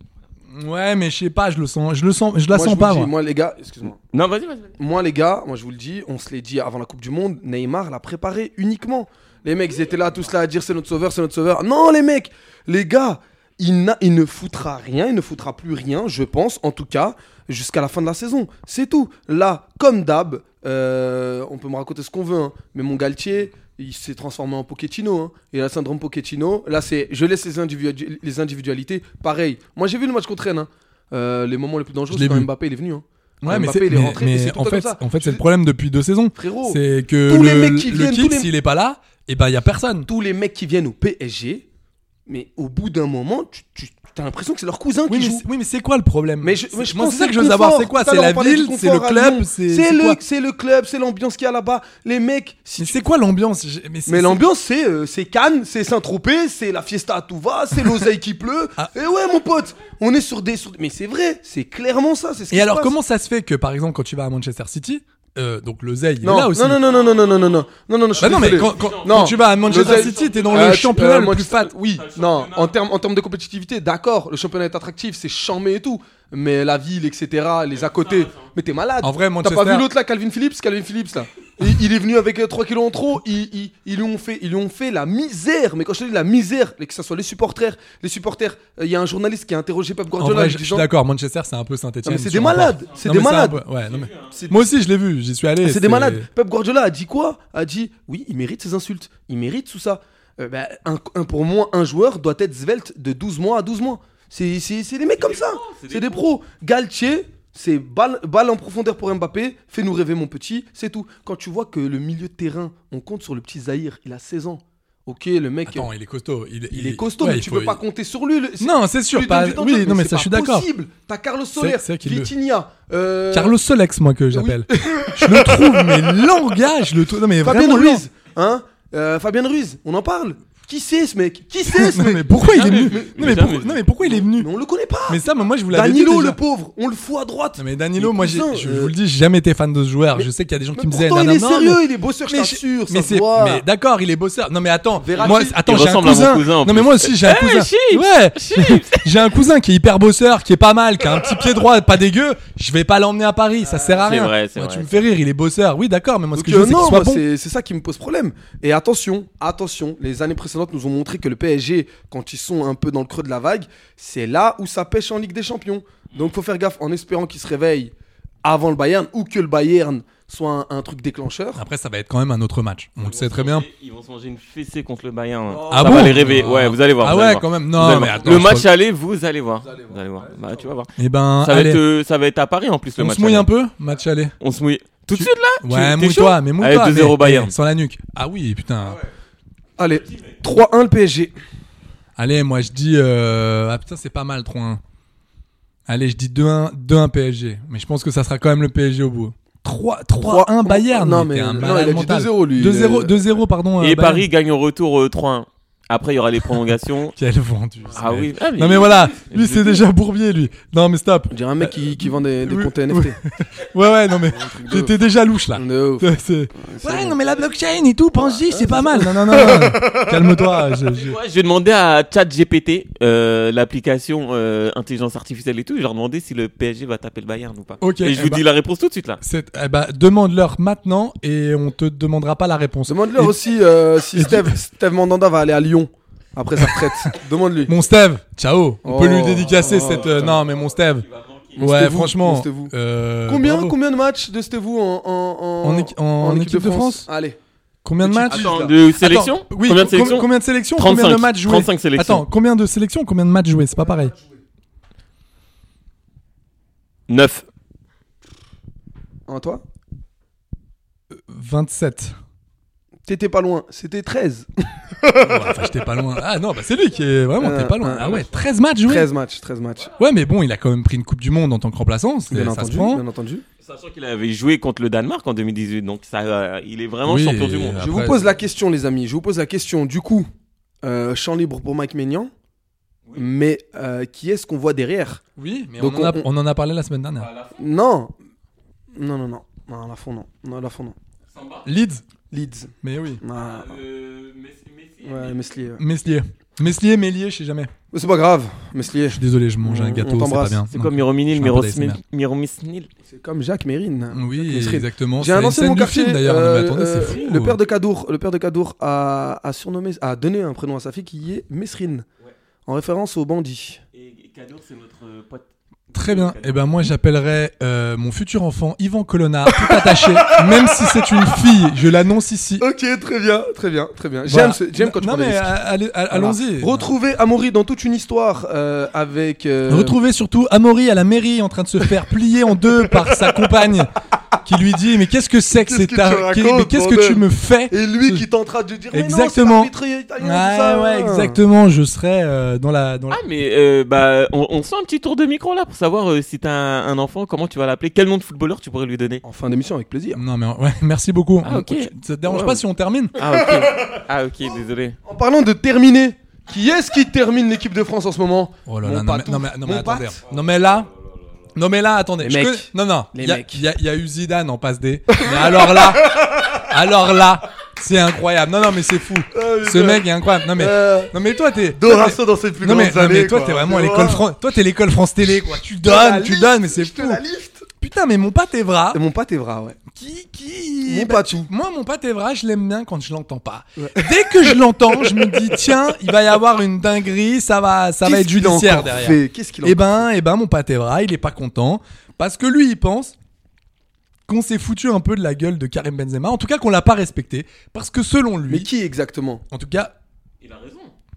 H: Ouais, mais je sais pas, je le sens, je le sens, je la
I: Moi, je
H: sens
I: vous
H: pas.
I: le dis,
H: moi.
I: Moi, les gars, excuse-moi.
E: Non, vas-y, vas-y. vas-y.
I: Moi, les gars, moi, je vous le dis, on se l'est dit avant la Coupe du Monde, Neymar l'a préparé uniquement. Les mecs, ils étaient là, tous là, à dire c'est notre sauveur, c'est notre sauveur. Non, les mecs, les gars, il, n'a- il ne foutra rien, il ne foutra plus rien, je pense, en tout cas, jusqu'à la fin de la saison. C'est tout. Là, comme d'hab, euh, on peut me raconter ce qu'on veut, hein, mais mon Galtier, il s'est transformé en Pochettino. hein. Il a le syndrome Pochettino. Là, c'est je laisse les, individu- les individualités. Pareil. Moi, j'ai vu le match contre Rennes. hein. Euh, les moments les plus dangereux,
H: Je l'ai
I: c'est quand
H: vu.
I: Mbappé, il est venu. hein.
H: Ouais,
I: Quand
H: mais,
I: Mbappé,
H: c'est,
I: il est
H: mais-
I: rentré,
H: mais
I: et c'est tout
H: en
I: le temps
H: fait,
I: comme ça.
H: en fait,
I: Je
H: c'est le
I: dis-
H: problème depuis deux saisons.
I: Frérot,
H: C'est que
I: tous
H: le,
I: les mecs qui
H: le
I: viennent, tous
H: kiff,
I: les-
H: s'il est pas là, et ben il y a personne.
I: tous les mecs qui viennent au PSG, mais au bout d'un moment, tu, tu as l'impression que c'est leur cousin
H: Oui
I: qui
H: mais,
I: joue.
H: c'est- oui, mais c'est quoi le problème
I: Mais je, mais
H: C'est-
I: je
H: moi,
I: pense
H: c'est ça que je
I: le
H: veux savoir.
I: confort.
H: C'est quoi
I: Tout à
H: C'est
I: l'heure,
H: la
I: on parlait du
H: ville, c'est le
I: confort à Lyon.
H: club, c'est
I: c'est
H: c'est
I: le,
H: quoi
I: c'est le club, c'est l'ambiance qu'il y a là-bas. Les mecs, si
H: Mais
I: tu-
H: c'est quoi l'ambiance J'ai- c'est-
I: mais
H: c'est-
I: l'ambiance c'est euh, c'est Cannes, c'est Saint-Tropez, c'est la fiesta à tout va, c'est l'oseille qui pleut.
H: Ah.
I: Et ouais mon pote, on est sur des sur- mais c'est vrai, c'est clairement ça, c'est ce qui
H: Et
I: se
H: alors,
I: passe.
H: comment ça se fait que, par exemple, quand tu vas à Manchester City, euh, donc le Zay, il est
I: non,
H: là aussi
I: non, non, non, non, non, non, non, non, non, non, non, je suis
H: Bah non, mais
I: désolé.
H: quand- quand- quand tu vas à Manchester
I: Le-
H: City, t'es dans le championnat le plus
I: euh, Manchester-
H: fat.
I: Oui, non, en termes en termes de compétitivité, d'accord, le championnat est attractif, c'est chambé et tout, mais la ville, etc., les à côté, mais t'es malade.
H: En vrai,
I: T'as pas
H: Manchester-
I: vu l'autre là, Calvin Phillips, Calvin Phillips là Il, il est venu avec euh, 3 kilos en trop. Ils, ils- ils lui ont fait, ils lui ont fait la misère. Mais quand je te dis la misère, que ce soit les supporters, les supporters, euh, il y a un journaliste qui a interrogé Pep
H: En
I: Guardiola.
H: vrai,
I: lui
H: je je suis
I: disant-
H: d'accord, Manchester, c'est un peu Saint-Etienne.
I: Non, mais c'est des malades, c'est des malades.
H: Moi aussi, je l'ai vu, j'y suis allé.
I: Ah, C'est des malades. Pep Guardiola a dit quoi A dit oui, il mérite ses insultes, il mérite tout ça. Euh, bah, un- un- pour moi, un joueur doit être svelte de 12 mois à 12 mois. C'est c'est- c'est des mecs comme ça. C'est des pros. Galtier, c'est balle, balle en profondeur pour Mbappé. Fais-nous rêver, mon petit. C'est tout. Quand tu vois que le milieu de terrain, on compte sur le petit Zahir, il a 16 ans. Ok, le mec.
H: Attends, il est costaud. Il,
I: il est costaud,
H: ouais,
I: mais
H: il
I: tu
H: faut-
I: peux pas compter sur lui. le-
H: Non, c'est sûr,
I: tu lui donnes
H: pas-
I: du temps de
H: oui,
I: jeu,
H: non, mais
I: c'est
H: ça, je suis
I: pas
H: d'accord.
I: possible. T'as Carlos
H: C'est-
I: Soler,
H: c'est vrai qu'il le-
I: Vitinha. euh,
H: Carlos Solex, moi, que j'appelle. je le trouve, mais langage, je le trouve. Non, mais
I: Fabien
H: vraiment.
I: Ruiz, hein Euh, Fabien Ruiz, on en parle Qui c'est ce mec Qui c'est
H: [laughs]
I: ce
H: Non,
I: mec
H: mais pourquoi il est venu
I: mais-
H: Non, mais pourquoi- non, mais pourquoi il est venu
I: Mais on le connaît pas
H: Mais ça, moi, je vous l'avais dit.
I: Danilo,
H: déjà.
I: le pauvre, on le fout à droite
H: Mais Danilo, moi, j'ai-
I: Cousin,
H: je
I: euh,
H: vous le dis, j'ai jamais été fan de ce joueur. Je sais qu'il y a des gens qui me disaient.
I: pourtant,
H: non,
I: il
H: non,
I: est
H: non,
I: sérieux,
H: mais-
I: il est bosseur, je
H: mais
I: t'assure,
H: Mais
I: ça
H: c'est,
I: se voit.
H: mais d'accord, il est bosseur. Non, mais attends,
I: Verratti.
H: moi, attends,
I: Il
H: j'ai un
I: ressemble à mon
H: cousin.
I: cousin, en
H: non,
I: plus.
H: mais moi aussi, j'ai un
I: Hey,
H: cousin.
I: Chips
H: ouais, j'ai un cousin qui est hyper bosseur, qui est pas mal, qui a un petit pied droit, pas dégueu. Je vais pas l'emmener à Paris, ça sert à
I: c'est
H: rien.
I: vrai, c'est
H: Moi,
I: vrai.
H: Tu me fais rire, il est bosseur. Oui, d'accord, mais moi, ce
I: Donc,
H: que je
I: euh,
H: veux, c'est qu'il
I: non,
H: soit
I: moi,
H: bon.
I: c'est c'est ça qui me pose problème. Et attention, attention, les années précédentes nous ont montré que le PSG, quand ils sont un peu dans le creux de la vague, c'est là où ça pêche en Ligue des Champions. Donc faut faire gaffe en espérant qu'ils se réveillent avant le Bayern ou que le Bayern soit un, un truc déclencheur.
H: Après, ça va être quand même un autre match. On le sait très bien.
E: Ils vont se manger une fessée contre le Bayern.
H: Ah
E: ça
H: bon
E: va les rêver. Ouais, vous allez voir.
H: Ah
E: vous allez
H: ouais,
E: voir.
H: quand même.
E: Vous
H: Non,
E: allez
H: mais
E: voir.
H: attends,
E: le
H: je
E: match
H: crois-
E: aller, vous allez voir. Vous allez voir. Bah, tu vas voir.
H: Eh ben,
E: ça va,
H: allez.
E: être, euh, ça va être à Paris en plus le
H: On
E: match.
H: se mouille
E: aller.
H: un peu, match aller.
E: On se mouille. Tout de suite là Tu-
H: Ouais,
E: t'es
H: mouille-toi,
E: chaud
H: mais mouille-toi.
E: Allez,
H: mais-
E: 2-0 Bayern.
H: mais Sans la nuque. Ah oui, putain.
I: Allez, 3-1 le PSG.
H: Allez, moi je dis. euh, Ah putain, c'est pas mal 3-1. Allez, je dis 2-1 2-1 PSG. Mais je pense que ça sera quand même le PSG au bout. 3-1 Bayern.
I: Non,
H: mais
I: mais
H: t'es un
I: non,
H: malade
I: il a dit
H: mental.
I: 2-0 lui.
H: 2-0,
I: Euh,
H: 2-0, pardon. euh,
E: Et
H: Bayern.
E: Paris gagne au retour euh, 3-1. Après, il y aura les [laughs] prolongations.
H: Quel vendu.
E: Ah oui. Ah,
H: Non mais voilà, lui c'est déjà Bourbier lui. Non mais stop.
I: On dirait un mec qui, qui vend des, des
H: oui,
I: comptes
H: oui.
I: NFT.
H: Ouais ouais
I: [laughs]
H: non mais j'étais déjà louche là.
E: [laughs]
H: C'est-
I: Ouais,
H: non mais la blockchain et tout, pense-y, c'est pas mal. Non non non. non.
I: [laughs]
H: Calme-toi. je- je-
E: Ouais, je vais demander à ChatGPT, euh, l'application euh, intelligence artificielle et tout, je vais leur demander si le PSG va taper le Bayern ou pas.
H: Ok,
E: et je
H: eh
E: vous
H: ben-
E: dis la réponse tout de suite là.
H: C'est- eh ben, demande-leur maintenant et on te demandera pas la réponse.
I: Demande-leur
H: Et-
I: aussi [laughs] euh, si Steve, Steve Mandanda va aller à Lyon après sa retraite. [laughs] Demande-lui.
H: Mon Steve, ciao. On peut
I: Oh,
H: lui dédicacer
I: oh,
H: cette. euh,
I: putain.
H: non, mais mon Steve.
I: Mon
H: Ouais,
I: Stevou, mon
H: franchement.
I: Stevou.
H: euh,
I: combien,
H: bravo.
I: combien de matchs de Stevou en, en,
H: En équi- en équipe de France
I: Allez.
H: Combien de
I: Petit
H: matchs
I: quiz, là.
E: de sélection
H: Attends, Oui,
E: Combien
H: com-
E: de sélections
H: combien de sélections
E: 35,
H: Combien de matchs joués
E: 35 sélections.
H: Attends, combien de sélections Combien de matchs joués C'est pas pareil.
E: 9.
I: En toi
H: 27.
I: T'étais pas loin, c'était 13.
H: Enfin, j'étais pas loin. Ah non, bah c'est lui qui est vraiment, t'es pas loin. Ah ouais, 13 matchs joués.
I: 13 matchs, 13 matchs.
H: Ouais, mais bon, il a quand même pris une Coupe du Monde en tant que remplaçant. c'est-
I: Bien
H: Ça
I: entendu,
H: se prend.
I: bien entendu.
E: Sachant qu'il avait joué contre le Danemark en 2018, donc ça, euh, il est vraiment
H: Oui, euh,
E: champion du monde.
I: Je vous pose la question, les amis. Je vous pose la question. Du coup, euh, champ libre pour Mike Maignan. Mais euh, qui est-ce qu'on voit derrière
H: Oui, mais
I: Donc
H: on, en a, on en a parlé la semaine dernière.
I: Non. Non, non, non. Non, à la fond, non. Non, à la fond, non.
H: Leeds
I: Leeds.
H: Mais oui.
I: Ah.
E: euh,
I: Ouais, Meslier. ouais.
H: Meslier. Meslier, Mélier, je sais jamais.
I: Mais c'est pas grave, Meslier. Je suis
H: désolé, je mange un gâteau, c'est pas bien.
E: C'est comme Mirominil, Miromisnil.
I: C'est comme Jacques Mérine.
H: Oui,
I: Mesrine.
H: exactement.
I: J'ai un
H: C'est
I: ancien de
H: une scène
I: mon
H: du
I: quartier.
H: film, d'ailleurs.
I: euh,
H: Mais attendez, c'est
I: euh,
H: fou. hein.
I: Le père de Cadour, le père de Cadour a, a surnommé, a donné un prénom à sa fille qui est Mesrine, en référence au bandit.
E: Et Kador, c'est votre pote.
H: Très bien. Et ben moi j'appellerai euh, mon futur enfant Yvan Colonna, tout attaché, même si c'est une fille. Je l'annonce ici.
I: Ok, très bien, très bien, très bien.
H: Voilà.
I: J'aime, ce- j'aime quand tu
H: Non,
I: prends des
H: mais,
I: risques.
H: euh, allez- a- allons-y.
I: Retrouver Amaury dans toute une histoire euh, avec. euh,
H: Retrouvez surtout Amaury à la mairie en train de se faire plier en deux par sa compagne qui lui dit mais qu'est-ce que c'est que
I: Qu'est-ce
H: c'est
I: que
H: ta...
I: tu
H: qu'est- mais
I: racontes,
H: qu'est-ce que
I: bordel
H: tu me fais
I: Et lui qui tentera de dire mais non, c'est
H: Exactement.
I: l'arbitre italien, tout
H: ouais,
I: ça,
H: ouais,
I: hein.
H: exactement, je serai euh, dans la dans la-
E: Ah, mais euh, bah, on, on se fait un petit tour de micro là pour savoir euh, si t'as un, un enfant, comment tu vas l'appeler, quel nom de footballeur tu pourrais lui donner.
I: En fin d'émission, avec plaisir.
H: Non mais ouais, merci beaucoup.
E: Ah, ok.
H: Tu- Ça te dérange
E: Ouais.
H: pas si on termine
E: Ah, ok. ah, ok, désolé.
I: En parlant de terminer, qui est-ce qui termine l'équipe de France en ce moment
H: Oh là
I: Mon
H: là, non mais,
I: Patou,
H: non, mais, non, mais
I: mon
H: attendez.
I: Pat.
H: Non mais là, non mais là, attendez.
I: Les
H: je
I: mecs.
H: connais- Non non.
I: Les
H: Il y a-
I: mecs.
H: il y, a- il y a eu Zidane en passe D. Mais alors
I: [laughs]
H: là, alors là, c'est incroyable. Non non mais c'est fou. Ce
I: putain.
H: mec est incroyable. Non mais,
I: Ah, Euh,
H: non mais toi t'es.
I: Dorasso
H: toi, t'es-
I: dans ses plus
H: non, mais,
I: grandes
H: non, mais
I: années,
H: toi
I: quoi. Oh,
H: t'es vraiment à
I: Tu
H: l'école
I: vois
H: France. Toi t'es l'école France Télé quoi. Tu
I: te la
H: donnes, tu
I: liste,
H: donnes, mais c'est fou.
I: la liste.
H: Putain mais mon pâte est vrai.
I: Mon pâte est vrai, ouais.
H: Qui, qui...
I: Mon
H: bah,
I: Patou.
H: Moi, mon Pat Evra, je l'aime bien quand je l'entends pas. Dès que je l'entends, je me dis tiens, il va y avoir une dinguerie, ça va, ça va
I: Qu'est-ce
H: être
I: qu'il a
H: judiciaire
I: encore
H: derrière.
I: fait Qu'est-ce qu'il a
H: Eh ben, eh ben, mon Pat Evra, il est pas content parce que lui, il pense qu'on s'est foutu un peu de la gueule de Karim Benzema. En tout cas, qu'on l'a pas respecté parce que selon bah, lui. Bah. Mais
I: qui exactement
H: En tout cas.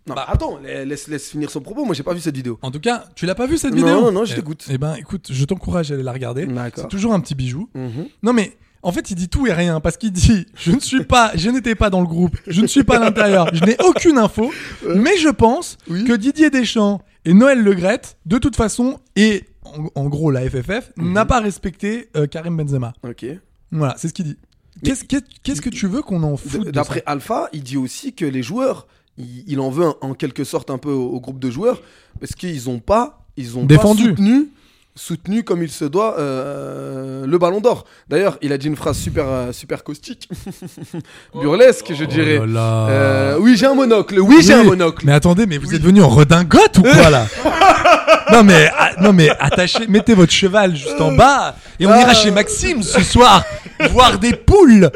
I: Non, attends, eh, laisse, laisse finir son propos. Moi, j'ai pas vu cette vidéo.
H: En tout cas, tu l'as pas vu cette
I: Non,
H: vidéo
I: non, non, je
H: Eh-
I: t'écoute.
H: Eh ben, écoute, je t'encourage à aller la regarder.
I: D'accord.
H: C'est toujours un petit bijou.
I: Mhm.
H: Non mais en fait, il dit tout et rien parce qu'il dit [laughs] je ne suis pas, je n'étais pas dans le groupe, je ne suis pas à l'intérieur, je n'ai aucune info, mais je pense que Didier Deschamps et Noël Legrette, de toute façon, et en, en gros la FFF,
I: Mhm.
H: n'a pas respecté euh, Karim Benzema.
I: Ok.
H: Voilà, c'est ce qu'il dit. Qu'est-ce qu'est- qu'est-ce que tu veux qu'on en
I: D-
H: foute de
I: D'après
H: ça
I: Alpha, il dit aussi que les joueurs, il, il en veut un- en quelque sorte un peu au, au groupe de joueurs parce qu'ils ont pas, ils ont pas
H: Défendu.
I: soutenu, soutenu comme il se doit euh, le Ballon d'Or. D'ailleurs, il a dit une phrase super, euh, super caustique, [laughs]
H: Oh.
I: burlesque, je dirais.
H: là là.
I: Euh, oui, j'ai un monocle. Oui, j'ai un monocle.
H: Mais attendez, mais vous êtes venu en redingote ou quoi là Non mais ah, non mais attachez, mettez votre cheval juste en bas et on ira chez Maxime ce soir voir des poules.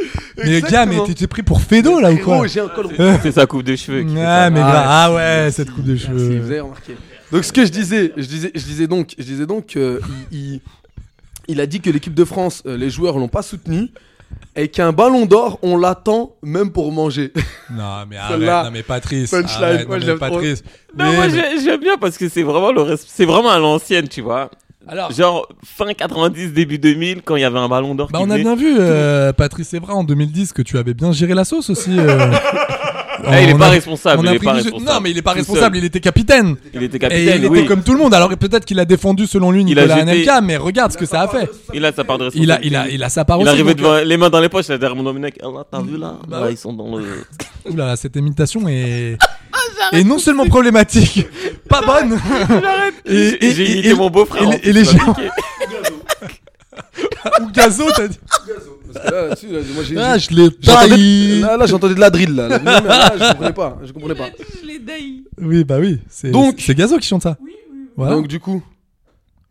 H: Mais gars, mais t'étais pris pour Fedo là ou quoi
I: Frérot, Oh, j'ai un col roulé.
H: Euh,
E: C'est sa coupe de cheveux. qui fait
H: Ah
E: ça.
H: mais grave.
I: Ah,
H: ah ouais, cette coupe de cheveux.
I: Vous avez remarqué. Donc ce que je disais, je disais, je disais donc, je disais donc, euh, il, il- il a dit que l'équipe de France, euh, les joueurs l'ont pas soutenu et qu'un Ballon d'Or, on l'attend même pour manger. [laughs]
H: Non mais arrête,
I: Celle-là,
H: non mais Patrice,
I: punchline,
H: arrête,
I: moi,
H: non,
I: je
H: mais
I: l'aime trop.
H: Patrice.
E: Non,
H: Oui,
E: moi
H: mais-
E: j'ai- j'aime bien parce que c'est vraiment le res- c'est vraiment à l'ancienne, tu vois.
H: Alors-
E: genre fin 90 début 2000 quand il y avait un ballon d'or
H: Bah
E: qui
H: on a
E: venait.
H: bien vu euh, Patrice Evra en 2010 que tu avais bien géré la sauce aussi.
E: [laughs]
H: euh.
E: Eh, il est
H: On
E: pas
H: a-
E: responsable,
H: on a
E: il est
H: pris
E: pas
H: le jeu-
E: responsable.
H: Non mais il est pas
E: Tout
H: responsable,
E: seul.
H: il était capitaine.
E: Il était
H: Et
E: capitaine,
H: il
E: oui.
H: était comme tout le monde. Alors peut-être qu'il a défendu selon lui
E: Il a
H: Nicolas
E: jeté-
H: Anelka, mais regarde ce que ça a fait.
E: Il a sa part de
H: Il a-
E: responsabilité.
H: il a- il a sa part
E: Il
H: aussi,
E: arrivait
H: donc,
E: devant, les mains dans les poches, il a derrière mon Dominique. Ah là, t'as vu là
H: Bah
E: Là,
H: ouais.
E: ils sont dans
H: [laughs]
E: le.
H: Oula, cette imitation est est non seulement problématique, pas bonne.
E: J'ai- j'ai imité mon beau-frère,
H: et
E: en Bah,
H: les-
E: plus,
H: Et les
E: tu m'as
H: gens. [laughs] Ou Gazo, t'as dit.
I: Parce que là, là-dessus, là, moi, j'ai-
H: Ah,
I: j'ai-
H: je l'ai
I: j'entendais-
H: taillé.
I: Là, là, j'entendais de la drill. Là, là, Non, mais là, je comprenais pas. Je comprenais pas.
H: Oui, bah oui. C'est
I: Donc-
H: c'est Gazo qui chante ça. Voilà.
I: Donc du coup,